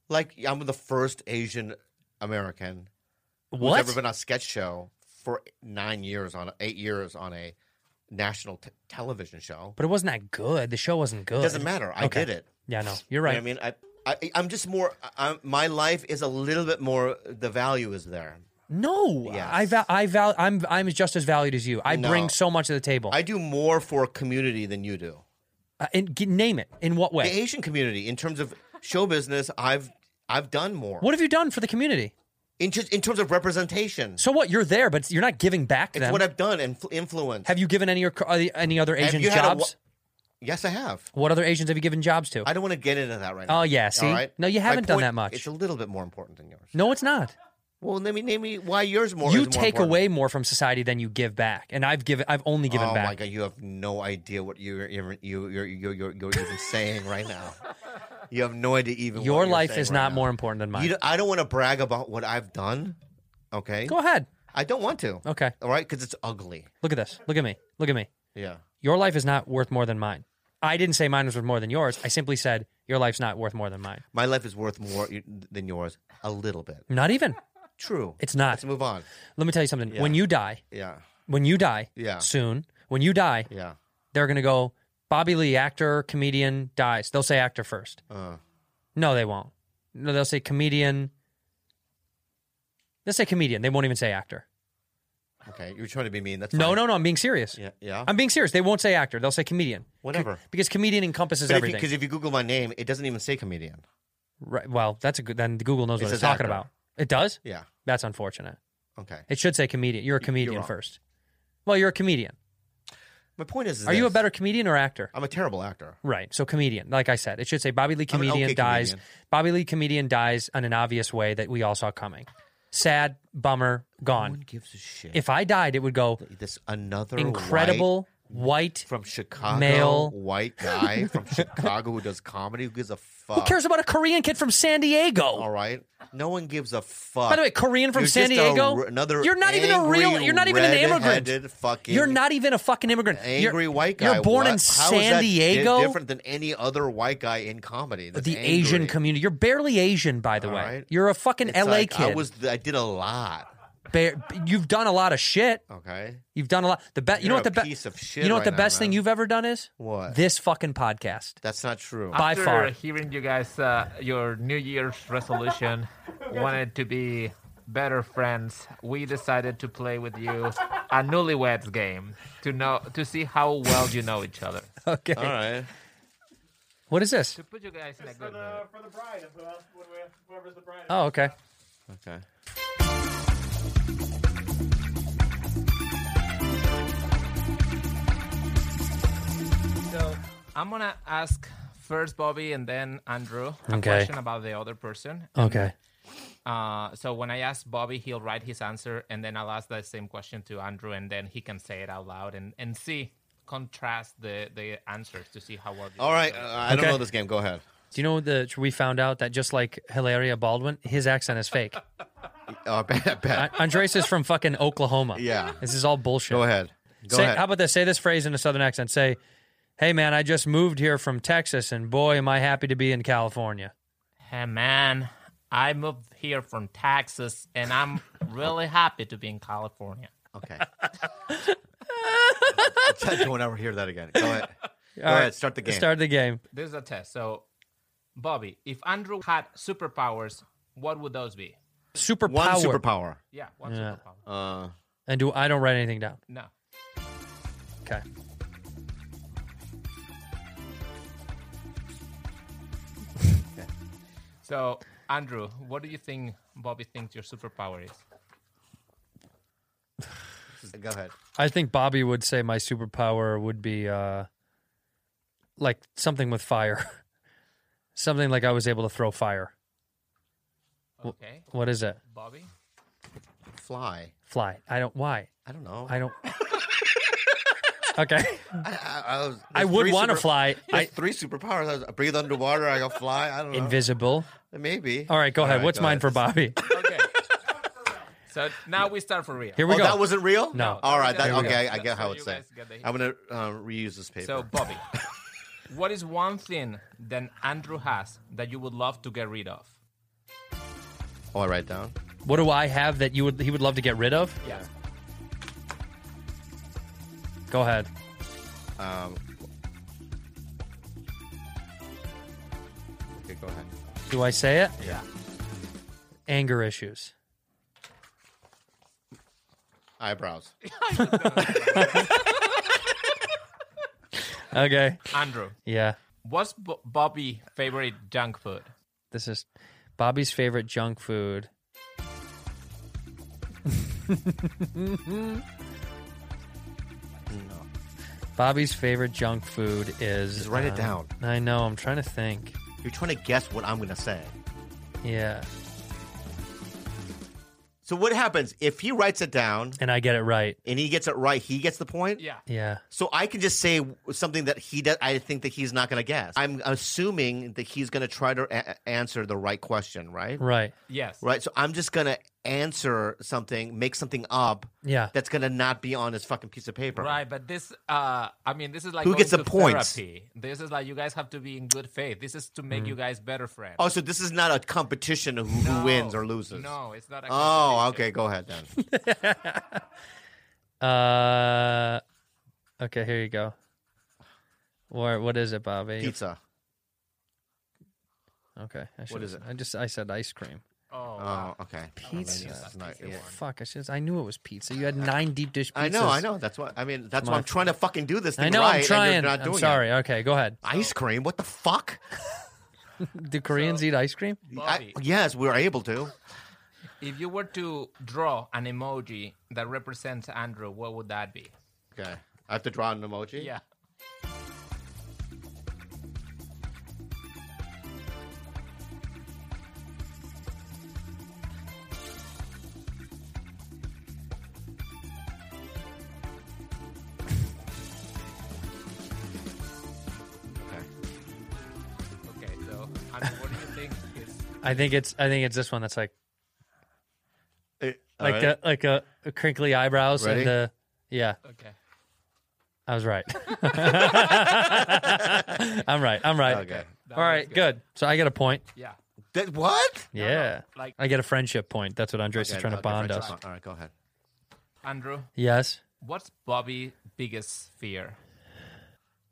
S2: Like I'm the first Asian American who's
S1: What?
S2: ever been on a sketch show for nine years on eight years on a national t- television show.
S1: but it wasn't that good. The show wasn't good.
S2: It doesn't matter. I
S1: Okay.
S2: did it.
S1: Yeah, no, you're
S2: You
S1: right.
S2: know what I mean, I, I I'm just more. I, I'm- my life is a little bit more. The value is there.
S1: No,
S2: Yes.
S1: I val- I val- I'm I'm just as valued as you. I
S2: No.
S1: bring so much to the table.
S2: I do more for community than you do.
S1: uh, and g- name it. In what
S2: The
S1: way?
S2: Asian community, in terms of show business, I've I've done more.
S1: What have you done for the community?
S2: in, ter- in terms of representation?
S1: So what? You're there, but you're not giving back to
S2: it's
S1: them.
S2: what I've done and fl- influence.
S1: have you given any or- uh, any other
S2: Have
S1: Asian
S2: you had a
S1: jobs?
S2: yes, I have.
S1: what other Asians have you given jobs to?
S2: I don't want to get into that right now.
S1: Oh, yeah, see?
S2: All right?
S1: No, you
S2: My
S1: haven't done
S2: point-
S1: that much.
S2: It's a little bit more important than yours.
S1: no, it's not.
S2: Well, let me name me why yours more.
S1: you
S2: is more
S1: take
S2: important.
S1: away more from society than you give back, and I've given. I've only given
S2: oh
S1: back.
S2: my god, you have no idea what you're even you you're you're you're, you're even saying right now. You have no idea even.
S1: Your
S2: what you're
S1: life
S2: saying
S1: is
S2: right
S1: not
S2: now.
S1: more important than mine.
S2: You don't- I don't want to brag about what I've done. Okay,
S1: Go ahead.
S2: I don't want to.
S1: Okay.
S2: all right, because it's ugly.
S1: Look at this. Look at me. Look at me.
S2: Yeah,
S1: Your life is not worth more than mine. I didn't say mine was worth more than yours. I simply said your life's not worth more than mine.
S2: my life is worth more than yours a little bit.
S1: Not even.
S2: True.
S1: It's not.
S2: Let's move on.
S1: Let me tell you something. When you die,
S2: Yeah,
S1: when you die,
S2: Yeah.
S1: soon, when you die,
S2: yeah.
S1: they're going to go Bobby Lee, actor, comedian, dies. They'll say actor first.
S2: Uh.
S1: No, they won't. No, they'll say comedian. They'll say comedian. They won't even say actor.
S2: Okay, you're trying to be mean. That's
S1: No,
S2: fine.
S1: no, no. I'm being serious.
S2: Yeah, yeah.
S1: I'm being serious. They won't say actor. They'll say comedian.
S2: Whatever.
S1: Because comedian encompasses
S2: Because if,
S1: everything.
S2: you- 'cause if you Google my name, it doesn't even say comedian.
S1: Right. Well, that's a good. Then Google knows
S2: It
S1: what it's
S2: says
S1: talking
S2: actor.
S1: about. It does.
S2: Yeah.
S1: That's unfortunate.
S2: Okay.
S1: It should say comedian. You're a comedian
S2: wrong.
S1: first. Well, you're a comedian.
S2: My point is, is
S1: Are you a
S2: this.
S1: better comedian or actor?
S2: I'm a terrible actor.
S1: Right. So comedian. Like I said, it should say Bobby Lee
S2: I'm an
S1: comedian
S2: okay
S1: dies.
S2: comedian.
S1: Bobby Lee comedian dies in an obvious way that we all saw coming. Sad. Bummer.
S2: No one
S1: Gone.
S2: gives a shit.
S1: If I died, it would go
S2: this another
S1: incredible
S2: white
S1: white.
S2: from Chicago,
S1: male-
S2: white guy from Chicago who does comedy, who gives a fuck.
S1: Who cares about a Korean kid from San Diego?
S2: All right, no one gives a fuck.
S1: By the way, Korean from
S2: You're
S1: San
S2: just a
S1: Diego.
S2: r- another
S1: you're not even a real.
S2: angry,
S1: You're not even an immigrant.
S2: red-headed fucking
S1: You're not even a fucking immigrant.
S2: angry
S1: you're,
S2: white guy.
S1: You're born
S2: What-
S1: in
S2: How is
S1: San
S2: that di-
S1: Diego.
S2: different than any other white guy in comedy. That's
S1: the Asian
S2: angry?
S1: community. You're barely Asian, by the
S2: All
S1: way.
S2: right.
S1: You're a fucking
S2: It's
S1: LA
S2: like,
S1: kid.
S2: I was. I did a lot.
S1: Ba- you've done a lot of shit.
S2: Okay.
S1: You've done a lot. The best. You
S2: Oh. You're
S1: know what
S2: a
S1: the best
S2: piece of shit
S1: You know what
S2: right
S1: the
S2: now,
S1: best thing
S2: man.
S1: you've ever done is
S2: What?
S1: this fucking podcast.
S2: That's not true.
S1: By
S6: After
S1: far.
S6: hearing you guys, uh, your New Year's resolution wanted to be better friends. We decided to play with you a newlyweds game to know to see how well you know each other.
S1: Okay.
S2: All right.
S1: What is this?
S6: To put you guys in a good mood.
S7: For the bride, whoever's the bride.
S1: Oh, okay.
S2: Okay.
S6: So I'm gonna ask first Bobby and then Andrew a
S1: Okay.
S6: question about the other person.
S1: Okay.
S6: Uh, so when I ask Bobby, he'll write his answer, and then I'll ask the same question to Andrew, and then he can say it out loud and and see contrast the the answers to see how well. You
S2: All right. Uh,
S6: do.
S2: I don't
S1: Okay.
S2: know this game. Go ahead.
S1: Do you know that we found out that just like Hilaria Baldwin, his accent is fake.
S2: Oh, I bet. I bet.
S1: A- Andres is from fucking Oklahoma.
S2: Yeah.
S1: This is all bullshit.
S2: Go ahead. Go
S1: say,
S2: ahead.
S1: How about this? Say this phrase in a southern accent. Say, "Hey man, I just moved here from Texas, and boy, am I happy to be in California."
S6: Hey man, I moved here from Texas, and I'm really happy to be in California.
S2: okay. I don't want to ever hear that again. Go ahead. Go
S1: right.
S2: ahead. Start the game.
S1: Start the game.
S6: This is a test. So, Bobby, if Andrew had superpowers, what would those be?
S1: Superpower.
S2: One superpower.
S6: Yeah, one
S1: Yeah.
S6: superpower.
S2: Uh,
S1: And do I don't write anything down?
S6: No.
S1: Okay.
S6: So, Andrew, what do you think Bobby thinks your superpower is?
S2: go ahead.
S1: I think Bobby would say my superpower would be uh, like something with fire, something like I was able to throw fire.
S6: Okay,
S1: What is it?
S6: Bobby.
S2: Fly.
S1: Fly. I don't. Why?
S2: I don't know.
S1: I don't. okay.
S2: I, I, I, was-
S1: I
S2: there's
S1: would
S2: three
S1: want to
S2: super-
S1: fly.
S2: there's
S1: I
S2: three superpowers. I, was- I breathe underwater. I go fly. I don't know.
S1: invisible.
S2: Maybe.
S1: All right. Go ahead.
S2: right,
S1: What's
S2: go
S1: mine
S2: ahead.
S1: for Bobby?
S6: Okay. so now we start for real.
S1: Here we
S2: Oh,
S1: go.
S2: that wasn't real.
S1: No.
S2: All right. That,
S6: Here we go.
S2: okay. I get
S6: So
S2: how
S6: you
S2: it's said.
S6: guys get the hint.
S2: I'm gonna um, reuse this paper.
S6: So, Bobby, what is one thing that Andrew has that you would love to get rid of?
S2: oh, I write down.
S1: what do I have that you would he would love to get rid of?
S6: Yeah.
S1: Go ahead.
S2: Um, okay, go ahead.
S1: Do I say it?
S2: Yeah.
S1: Anger issues.
S2: Eyebrows.
S1: Okay.
S6: Andrew,
S1: Yeah.
S6: what's Bo- Bobby's favorite junk food?
S1: This is Bobby's favorite junk food. Bobby's favorite junk food is. um,
S2: Just write it down.
S1: I know. I'm trying to think.
S2: You're trying to guess what I'm gonna say.
S1: Yeah,
S2: So what happens if he writes it down
S1: and I get it right.
S2: and he gets it right? He gets the point.
S6: Yeah.
S1: Yeah.
S2: So I can just say something that he does. I think that he's not gonna guess. I'm assuming that he's gonna try to a- a- answer the right question, right?
S1: Right.
S6: Yes.
S2: Right. So I'm just gonna answer something, make something up
S1: Yeah.
S2: that's gonna not be on his fucking piece of paper.
S6: Right, but this, uh, I mean, this is like
S2: Who
S6: going
S2: gets the
S6: to
S2: points? Mm.
S6: therapy. This is like you guys have to be in good faith. This is to make you guys better friends.
S2: Oh, so this is not a competition of who
S6: No.
S2: wins or loses.
S6: No, it's not. A
S2: Oh,
S6: competition.
S2: okay. Go ahead then.
S1: Uh. Okay. Here you go. Or what is it, Bobby?
S2: Pizza.
S1: Okay. I should,
S2: is it?
S1: I just I said ice cream.
S6: Oh, wow.
S2: Oh, okay.
S1: Pizza.
S2: It's not-
S6: Pizza.
S1: Fuck. I should. I knew it was pizza. You had nine deep dish. Pizzas.
S2: Uh, I know, I know. That's what I mean. That's why I'm trying to fucking do this thing
S1: I know.
S2: right.
S1: I'm
S2: And
S1: trying.
S2: you're not doing
S1: I'm
S2: it.
S1: sorry. Okay. Go ahead.
S2: Ice cream? What the fuck?
S1: Do Koreans eat ice cream?
S2: I,
S6: Bobby,
S2: yes, we were able to.
S6: if you were to draw an emoji that represents Andrew, what would that be?
S2: Okay. I have to draw an emoji.
S6: Yeah.
S2: Okay.
S6: Okay, so Andrew, what do you think is
S1: I think it's. I think it's this one. That's like
S2: Eh, all
S1: like
S2: right.
S1: a like a, a crinkly eyebrows
S2: Ready?
S1: and uh yeah.
S6: okay?
S1: I was right. I'm right. I'm right.
S2: Okay.
S6: That
S1: All
S6: was
S1: right. Good. So I get a point.
S6: Yeah.
S2: That, what?
S1: yeah.
S6: like-
S1: I get a friendship point. That's what Andres
S2: Okay,
S1: is trying
S2: okay,
S1: to bond
S2: friendship
S1: us.
S2: bond. All right, go ahead.
S6: Andrew,
S1: Yes.
S6: what's Bobby's biggest fear?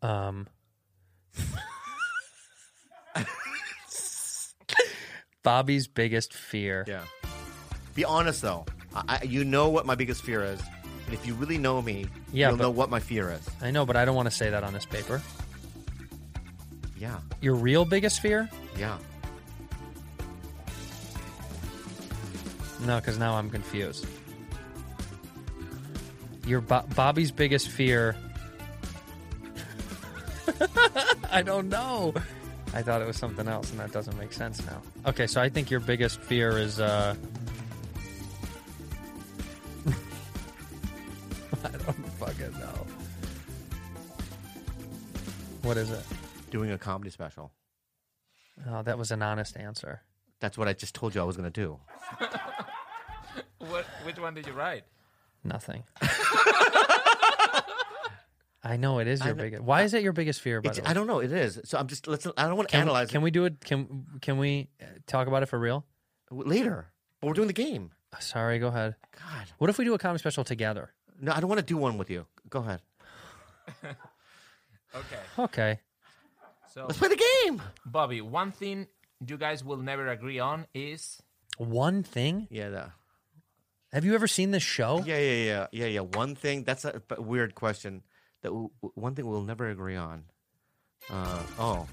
S1: Um. Bobby's biggest fear.
S2: Yeah. Be honest though. I, I, you know what my biggest fear is, and if you really know me,
S1: Yeah,
S2: you'll
S1: but-
S2: know what my fear is.
S1: I know, but I don't want to say that on this paper.
S2: Yeah.
S1: Your real biggest fear?
S2: Yeah.
S1: No, because now I'm confused. Your Bo- Bobby's biggest fear. I don't know. I thought it was something else, and that doesn't make sense now. Okay, so I think your biggest fear is. Uh... I don't fucking know. What is it?
S2: Doing a comedy special.
S1: Oh, that was an honest answer.
S2: That's what I just told you I was gonna do.
S6: What? Which one did you write?
S1: Nothing. I know it is your biggest. Why is it your biggest fear? By
S2: It's,
S1: the way?
S2: I don't know. It is. So I'm just. Let's. I don't want to
S1: Can-
S2: analyze
S1: Can
S2: it
S1: we do it? Can Can we uh, talk about it for real? Uh,
S2: later. But we're doing the game.
S1: Sorry, go ahead.
S2: God.
S1: What if we do a comedy special together?
S2: No, I don't want to do one with you. Go ahead.
S6: Okay,
S1: Okay.
S6: so
S2: Oh. Let's play the game.
S6: Bobby, one thing you guys will never agree on is
S1: One thing?
S2: Yeah, that.
S1: Have you ever seen this show?
S2: Yeah, yeah, yeah, yeah, yeah. One thing that's a b- weird question. That w- w- one thing we'll never agree on. Uh, oh,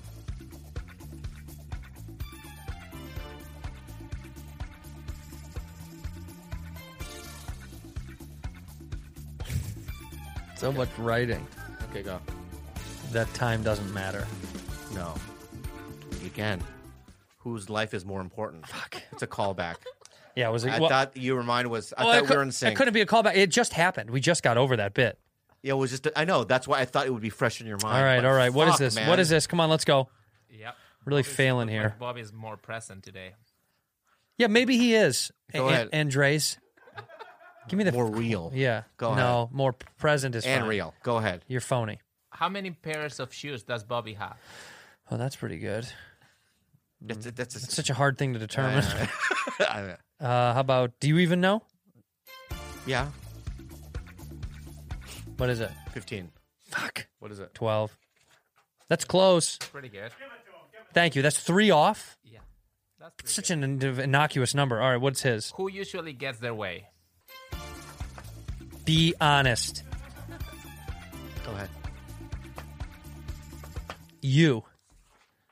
S1: So much writing.
S2: okay, go.
S1: That time doesn't matter.
S2: No, you can. Whose life is more important? Fuck. It's a callback.
S1: Yeah, it was.
S2: I
S1: well,
S2: thought you were mine was. I
S1: well,
S2: thought
S1: it,
S2: we were
S1: cou-
S2: in
S1: it
S2: sync.
S1: couldn't be a callback. It just happened. We just got over that bit.
S2: Yeah, it was just. I know. That's why I thought it would be fresh in your mind.
S1: All right,
S2: but
S1: all right. What is
S2: fuck,
S1: this?
S2: man.
S1: What is this? Come on, let's go.
S6: Yep.
S1: Really
S6: Bobby's-
S1: failing here.
S6: Bobby's more present today.
S1: Yeah, maybe he is.
S2: Go
S1: A-
S2: ahead.
S1: Andres. Give me the.
S2: More real.
S1: yeah.
S2: Go
S1: no, more present is
S2: And
S1: fine.
S2: real. Go ahead.
S1: You're phony.
S6: How many pairs of shoes does Bobby have?
S1: Oh, that's pretty good.
S2: That's, that's,
S1: It's Mm-hmm. such a hard thing to determine.
S2: I-
S1: Uh, how about? Do you even know?
S2: yeah,
S1: What is it?
S2: fifteen.
S1: Fuck.
S2: What is it?
S1: Twelve. That's close.
S6: Pretty good.
S1: Thank you. That's three off.
S6: Yeah. That's pretty
S1: Such
S6: good.
S1: an in- innocuous number. All right, what's his?
S6: Who usually gets their way?
S1: Be honest.
S2: Go ahead.
S1: You.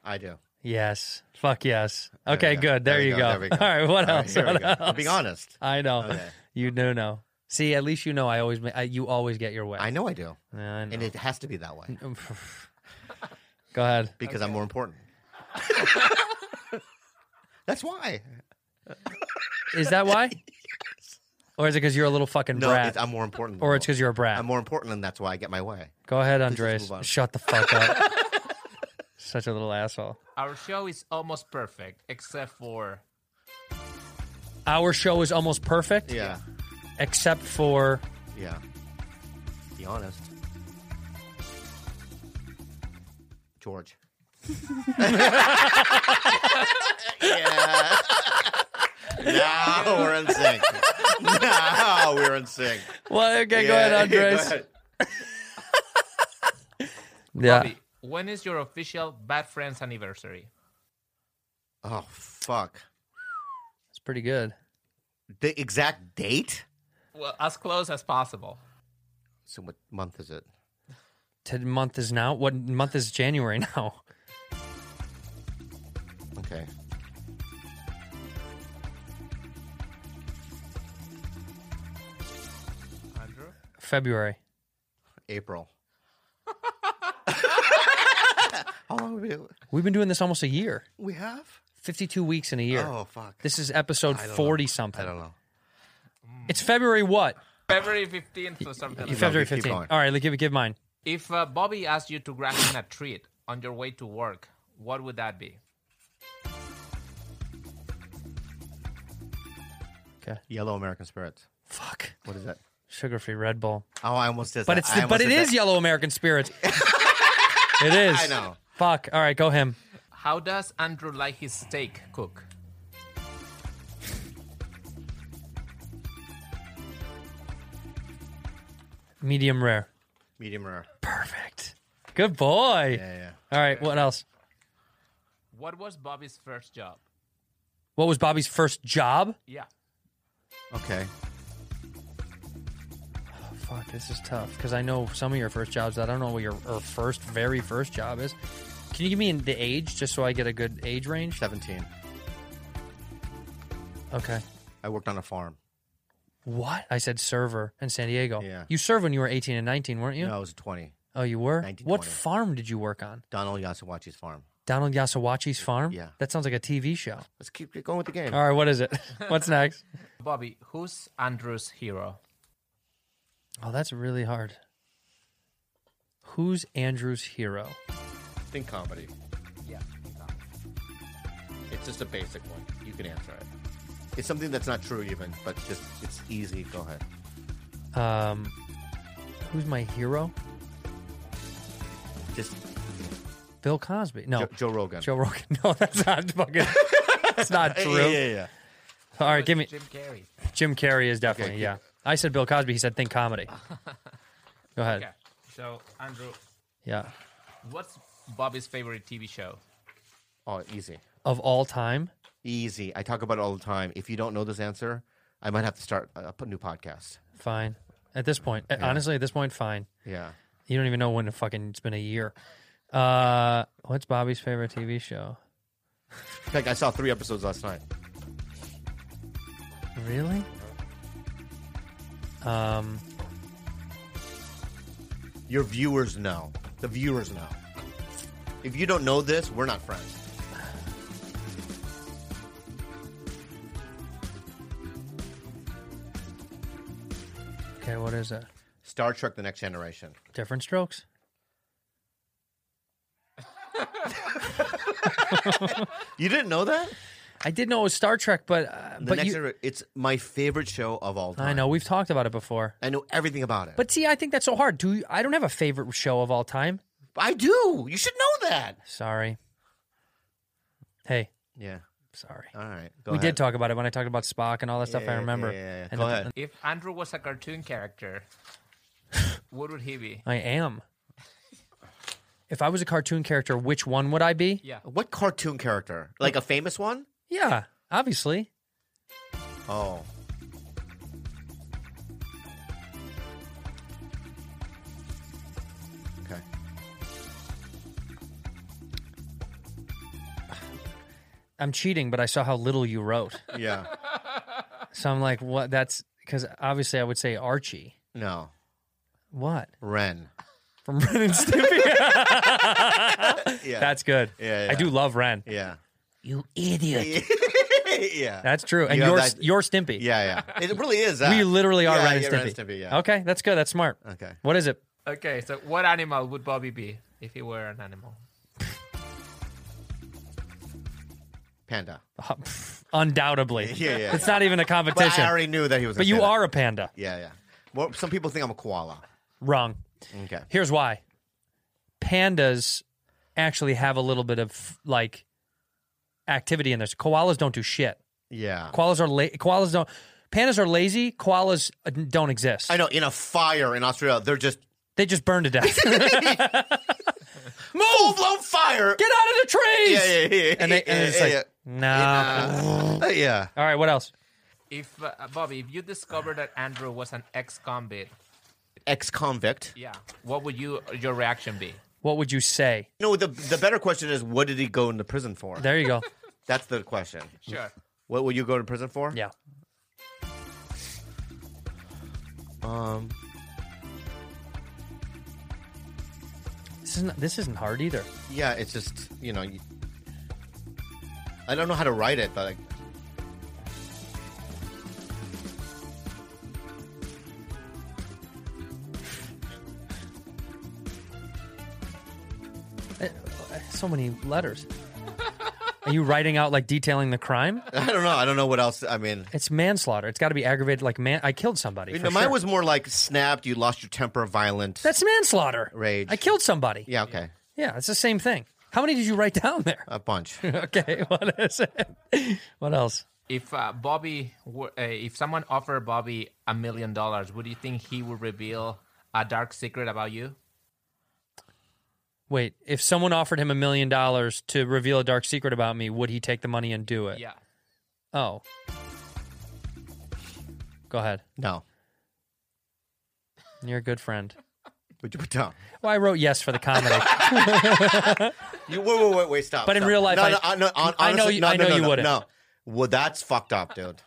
S2: I do.
S1: Yes. Fuck yes.
S2: There
S1: Okay,
S2: we go.
S1: good. There,
S2: we
S1: you go.
S2: there we go.
S1: All right, what
S2: All
S1: else?
S2: here we
S1: What
S2: go.
S1: else?
S2: I'm being honest.
S1: I know.
S2: Okay.
S1: You do know. See, at least you know. I always, ma- I, you always get your way.
S2: I know I do,
S1: Yeah, I know.
S2: and it has to be that way
S1: Go ahead.
S2: because I'm more important. That's why.
S1: Is that why? Or is it because you're a little fucking
S2: No,
S1: brat?
S2: it's, I'm more important.
S1: or it's because you're a brat?
S2: I'm more important, and that's why I get my way.
S1: Go ahead,
S2: just
S1: Andres.
S2: move on.
S1: Shut the fuck up. Such a little asshole.
S6: Our show is almost perfect, except for
S1: Our show is almost perfect,
S2: Yeah,
S1: except for
S2: yeah. Be honest, George. yeah. Now we're in sync. Now we're in sync.
S1: well, okay, go
S2: Yeah,
S1: ahead,
S2: go
S1: Andres.
S2: ahead.
S1: Yeah,
S6: Bobby, when is your official Bad Friends anniversary?
S2: Oh fuck!
S1: it's pretty good.
S2: The exact date?
S6: Well, as close as possible.
S2: So what month is it?
S1: Ted month is now. What month is January now?
S2: Okay.
S6: Andrew?
S1: February.
S2: April. How long have we
S1: We've been doing this almost a year.
S2: we have?
S1: 52 weeks in a year.
S2: Oh fuck!
S1: This is episode
S2: I don't know.
S1: 40 something.
S2: I don't know.
S1: It's February what?
S6: February 15th or something like that.
S1: February
S2: keep
S1: 15th. All
S2: going.
S1: right, let give give mine.
S6: If uh, Bobby asked you to grab him a treat on your way to work, what would that be?
S2: Yellow American Spirits.
S1: Fuck.
S2: What is that?
S1: Sugar-free Red Bull.
S2: Oh, I almost did.
S1: But
S2: that.
S1: it's
S2: I
S1: the,
S2: almost
S1: but it
S2: did
S1: is
S2: that.
S1: Yellow American Spirit. it is.
S2: I know.
S1: Fuck. All right, go him.
S6: How does Andrew like his steak cook?
S1: Medium rare.
S2: Medium rare.
S1: Perfect. Good boy.
S2: Yeah, yeah.
S1: All right, what else?
S6: What was Bobby's first job?
S1: What was Bobby's first job?
S6: Yeah.
S2: Okay.
S1: Fuck, this is tough because I know some of your first jobs. I don't know what your or first, very first job is. Can you give me the age just so I get a good age range?
S2: Seventeen.
S1: Okay.
S2: I worked on a farm.
S1: What? I said server in San Diego.
S2: Yeah.
S1: You served when you were 18 and 19, weren't you?
S2: No, I was twenty.
S1: Oh, you were?
S2: 19,
S1: What
S2: 20.
S1: farm did you work on?
S2: Donald Yasuwachi's farm.
S1: Donald Yasawachi's farm?
S2: Yeah.
S1: That sounds like a TV show.
S2: Let's keep keep going with the game.
S1: All right, what is it? What's next?
S6: Bobby, who's Andrew's hero?
S1: Oh, that's really hard. Who's Andrew's hero?
S2: Think comedy.
S6: Yeah.
S2: It's just a basic one. You can answer it. It's something that's not true even, but just it's easy. Go ahead.
S1: Um, who's my hero?
S2: Just
S1: Bill Cosby. No,
S2: Jo- Joe Rogan.
S1: Joe Rogan. No, that's not fucking. It's not
S2: Yeah,
S1: true.
S2: Yeah, yeah, yeah.
S1: All right, Uh, give me Uh,
S6: Jim Carrey.
S1: Jim Carrey is definitely
S2: keep-
S1: yeah. I said Bill Cosby. He said think comedy. Go ahead.
S6: Okay. So, Andrew,
S1: Yeah.
S6: what's Bobby's favorite TV show?
S2: Oh, easy.
S1: Of all time,
S2: Easy. I talk about it all the time. If you don't know this answer, I might have to start a, a new podcast.
S1: Fine. At this point, uh, honestly, at this point, fine.
S2: Yeah.
S1: You don't even know when the fucking it's been a year. Uh, what's Bobby's favorite TV show?
S2: In fact, I saw three episodes last night.
S1: Really? Um,
S2: Your viewers know. The viewers know. If you don't know this, we're not friends.
S1: okay, what is it?
S2: Star Trek: The Next Generation.
S1: Different Strokes.
S2: You didn't know that?
S1: I did know it was Star Trek, but uh,
S2: The
S1: but
S2: Next
S1: you,
S2: Genera- It's my favorite show of all time.
S1: I know we've talked about it before.
S2: I know everything about it.
S1: But see, I think that's so hard. Do you, I don't have a favorite show of all time?
S2: I do. You should know that.
S1: Sorry. Hey,
S2: Yeah.
S1: sorry.
S2: All right. Go
S1: we
S2: ahead.
S1: did talk about it when I talked about Spock and all that stuff.
S2: Yeah,
S1: I remember.
S2: yeah, yeah, yeah.
S1: And
S2: Go
S1: the-
S2: ahead.
S6: If Andrew was a cartoon character, what would he be?
S1: I am. If I was a cartoon character, which one would I be?
S6: Yeah.
S2: What cartoon character? Like a famous one?
S1: Yeah, obviously.
S2: Oh. Okay.
S1: I'm cheating, but I saw how little you wrote.
S2: Yeah.
S1: So I'm like, what? That's because obviously I would say Archie.
S2: No.
S1: What?
S2: Ren.
S1: From Ren and Stimpy?
S2: Yeah.
S1: That's good.
S2: Yeah,
S1: I
S2: yeah.
S1: do love Ren.
S2: yeah.
S1: You idiot.
S2: yeah.
S1: That's true. And
S2: You have
S1: you're,
S2: that-
S1: you're Stimpy.
S2: yeah, yeah. It really is. That.
S1: We literally are
S2: Uh, yeah,
S1: Ren and
S2: yeah,
S1: Stimpy.
S2: yeah. Uh,
S1: Okay, that's good. That's smart.
S2: Okay.
S1: What is it?
S6: Okay, so what animal would Bobby be if he were an animal?
S2: Panda.
S1: Uh, pff, Undoubtedly.
S2: Yeah, yeah,
S1: It's not even a
S2: But
S1: competition.
S2: I already knew that he was.
S1: But
S2: gonna
S1: you
S2: say that.
S1: are a panda.
S2: Yeah, yeah. Well, some people think I'm a koala.
S1: Wrong.
S2: Okay.
S1: Here's why. Pandas actually have a little bit of like activity in this. Koalas don't do shit.
S2: Yeah.
S1: Koalas are la- koalas don't. Pandas are lazy. Koalas uh, don't exist.
S2: I know. In a fire in Australia, they're just
S1: They just burn to death. Get out
S2: full blown fire.
S1: of the trees.
S2: yeah, yeah, yeah, yeah.
S1: And, they, and
S2: yeah,
S1: it's
S2: yeah,
S1: like
S2: yeah.
S1: no.
S2: Uh, yeah.
S1: All right. What else?
S6: If uh, Bobby, if you discovered that Andrew was an ex-convict,
S2: Ex-convict.
S6: yeah, what would you your reaction be?
S1: What would you say?
S2: No, the the better question is, what did he go into prison for?
S1: There you go.
S2: That's the question.
S6: Sure.
S2: What will you go to prison for?
S1: Yeah.
S2: Um.
S1: This isn't this isn't hard either.
S2: Yeah. It's just you know. You, I don't know how to write it, but like,
S1: So many letters. Are you writing out like detailing the crime?
S2: I don't know. I don't know what else. I mean,
S1: It's manslaughter. It's got to be aggravated. Like man, I killed somebody.
S2: you
S1: for
S2: know, mine
S1: sure.
S2: was more like snapped. You lost your temper, violent.
S1: That's manslaughter.
S2: Rage.
S1: I killed somebody.
S2: yeah. Okay.
S1: Yeah, it's the same thing. How many did you write down there?
S2: A bunch.
S1: Okay, what is it? What else?
S6: If uh, Bobby, were, uh, if someone offered Bobby a million dollars, would you think he would reveal a dark secret about you?
S1: Wait, if someone offered him a million dollars to reveal a dark secret about me, would he take the money and do it?
S6: Yeah.
S1: Oh. Go ahead.
S2: No.
S1: You're a good friend.
S2: Would you put down?
S1: Well, I wrote yes for the comedy.
S2: You wait, wait, wait, wait, stop.
S1: But in
S2: stop.
S1: real life,
S2: no,
S1: I-
S2: no, I, no, hon-
S1: I know
S2: honestly,
S1: you-
S2: no,
S1: I
S2: no,
S1: know
S2: no,
S1: you
S2: no,
S1: wouldn't.
S2: No, well, that's fucked up, dude.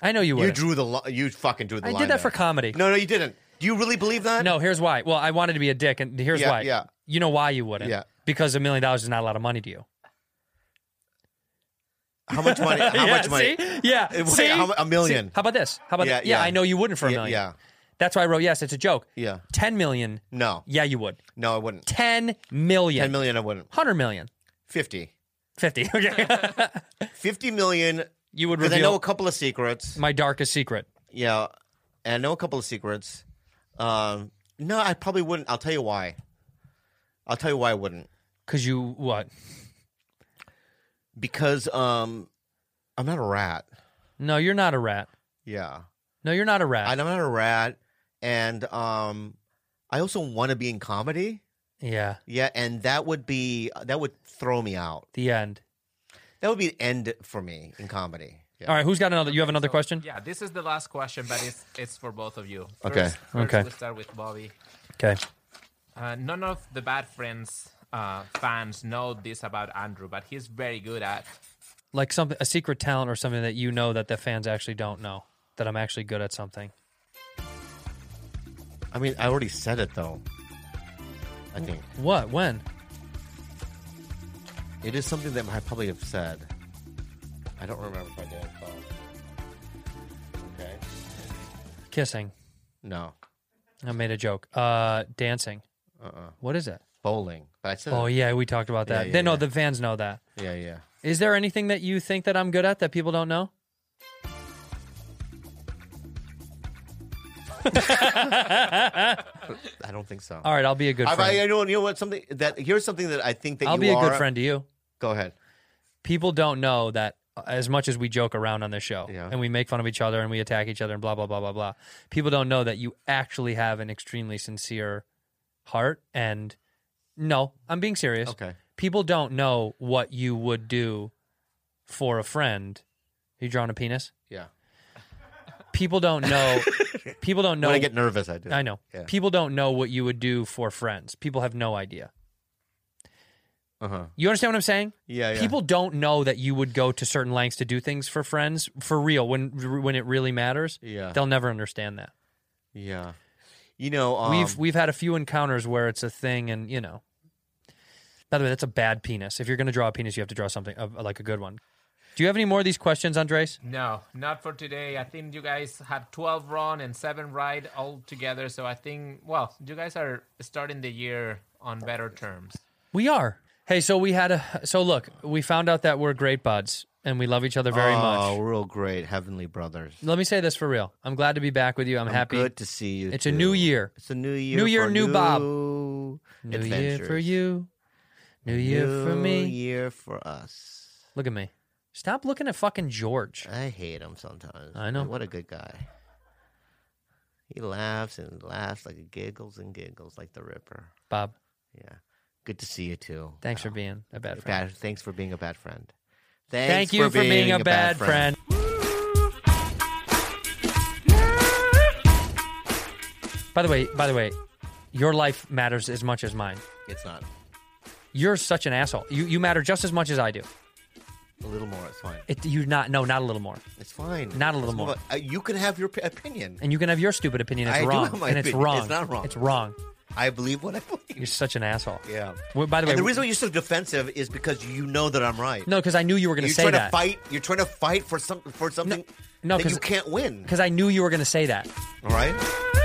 S1: I know you would.
S2: You drew the li- you fucking drew the
S1: I
S2: line.
S1: did that for
S2: there.
S1: comedy.
S2: No, no, you didn't. Do you really believe that?
S1: No, here's why. Well, I wanted to be a dick, and here's
S2: Yeah,
S1: why.
S2: yeah.
S1: You know why you wouldn't?
S2: Yeah.
S1: Because a million dollars is not a lot of money to you.
S2: How much money? How
S1: yeah,
S2: much money?
S1: See? Yeah.
S2: Wait,
S1: see?
S2: how mu- a million.
S1: See? How about this? How about
S2: Yeah,
S1: that? Yeah,
S2: yeah.
S1: I know you wouldn't for a
S2: Yeah,
S1: million.
S2: yeah.
S1: That's why I wrote yes. It's a joke.
S2: Yeah.
S1: 10 million.
S2: No,
S1: Yeah, you would.
S2: no, I wouldn't.
S1: 10 million.
S2: Ten million, I wouldn't.
S1: 100 million.
S2: Fifty.
S1: 50. Okay.
S2: Fifty million.
S1: you would
S2: Because I know a
S1: reveal
S2: couple of secrets.
S1: my darkest secret.
S2: Yeah, and I know a couple of secrets. Um, no, I probably wouldn't. I'll tell you why. I'll tell you why I wouldn't.
S1: Because you, what?
S2: Because um, I'm not a rat.
S1: No, you're not a rat.
S2: Yeah.
S1: No, you're not a rat.
S2: And I'm not a rat, and um, I also want to be in comedy.
S1: yeah.
S2: Yeah, and that would be that would throw me out.
S1: The end.
S2: That would be an end for me in comedy. Yeah.
S1: All right, who's got another? You have another question?
S6: Yeah, this is the last question, but it's it's for both of you. First,
S2: Okay.
S6: First
S1: Okay.
S6: We'll start with Bobby.
S1: Okay.
S6: Uh, none of the Bad Friends uh, fans know this about Andrew, but he's very good at
S1: Like something, a secret talent or something that you know that the fans actually don't know that I'm actually good at something.
S2: I mean, I already said it though. I think
S1: What? When?
S2: it is something that I probably have said. I don't remember if I did. But... Okay.
S1: Kissing.
S2: No.
S1: I made a joke. Uh, dancing.
S2: Uh-uh.
S1: What is it?
S2: Bowling. But I said.
S1: Oh yeah, we talked about that.
S2: Yeah, yeah,
S1: they know
S2: yeah.
S1: the fans know that.
S2: Yeah. Yeah.
S1: Is there anything that you think that I'm good at that people don't know?
S2: I don't think so.
S1: All right, I'll be a good
S2: I, I,
S1: friend.
S2: I know. You know what? Something that here's something that I think that
S1: I'll
S2: you
S1: be a
S2: are.
S1: good friend to you.
S2: Go ahead.
S1: People don't know that uh, as much as we joke around on this show
S2: Yeah.
S1: and we make fun of each other and we attack each other and blah blah blah blah blah. People don't know that you actually have an extremely sincere heart and no, I'm being serious.
S2: Okay.
S1: People don't know what you would do for a friend. you drawing a penis?
S2: Yeah.
S1: People don't know people don't know
S2: When I get nervous, I do.
S1: I know.
S2: Yeah.
S1: People don't know what you would do for friends. People have no idea.
S2: Uh huh.
S1: You understand what I'm saying?
S2: Yeah, yeah.
S1: People don't know that you would go to certain lengths to do things for friends for real when when it really matters.
S2: Yeah.
S1: They'll never understand that.
S2: Yeah. You know, um,
S1: we've we've had a few encounters where it's a thing, and you know. By the way, that's a bad penis. If you're going to draw a penis, you have to draw something uh, like a good one. Do you have any more of these questions, Andres?
S6: No, not for today. I think you guys had 12 wrong and 7 right all together. So I think, well, you guys are starting the year on better terms.
S1: We are. Hey, so we had a so look, we found out that we're great buds and we love each other very
S2: oh,
S1: much.
S2: real great, heavenly brothers.
S1: Let me say this for real. I'm glad to be back with you. I'm,
S2: I'm
S1: happy.
S2: Good to see you.
S1: It's a new
S2: too.
S1: year.
S2: It's a new year.
S1: New year,
S2: for
S1: new Bob.
S2: new
S1: New year for
S2: adventures.
S1: you. New year for
S2: New
S1: me.
S2: year for us.
S1: Look at me. Stop looking at fucking George.
S2: I hate him sometimes.
S1: I know.
S2: but What a good guy. He laughs and laughs like he giggles and giggles like the Ripper.
S1: Bob,
S2: Yeah. Good to see you too.
S1: thanks for being a bad friend.
S2: Bad, thanks for being a bad friend.
S1: Thank
S2: Thanks
S1: you for being, a, bad, friend. By the way, by the way, your life matters as much as mine.
S2: It's not.
S1: You're such an asshole. You you matter just as much as I do.
S2: A little more. It's fine.
S1: It you not no, not a little more.
S2: It's fine.
S1: Not a little
S2: It's
S1: more.
S2: fine. Uh, you can have your p- opinion.
S1: And you can have your stupid opinion. It's
S2: I do
S1: wrong.
S2: have my
S1: and it's
S2: opinion.
S1: wrong.
S2: It's not wrong.
S1: It's wrong.
S2: I believe what I
S1: You're
S2: believe.
S1: such an asshole.
S2: Yeah.
S1: Well, by the way,
S2: and the reason why you're so defensive is because you know that I'm right.
S1: no, because I knew you were going
S2: you're
S1: to say
S2: trying
S1: that.
S2: to fight. You're trying to fight for some for something
S1: no,
S2: that
S1: 'cause-
S2: you can't win.
S1: Because I knew you were going to say that.
S2: All right.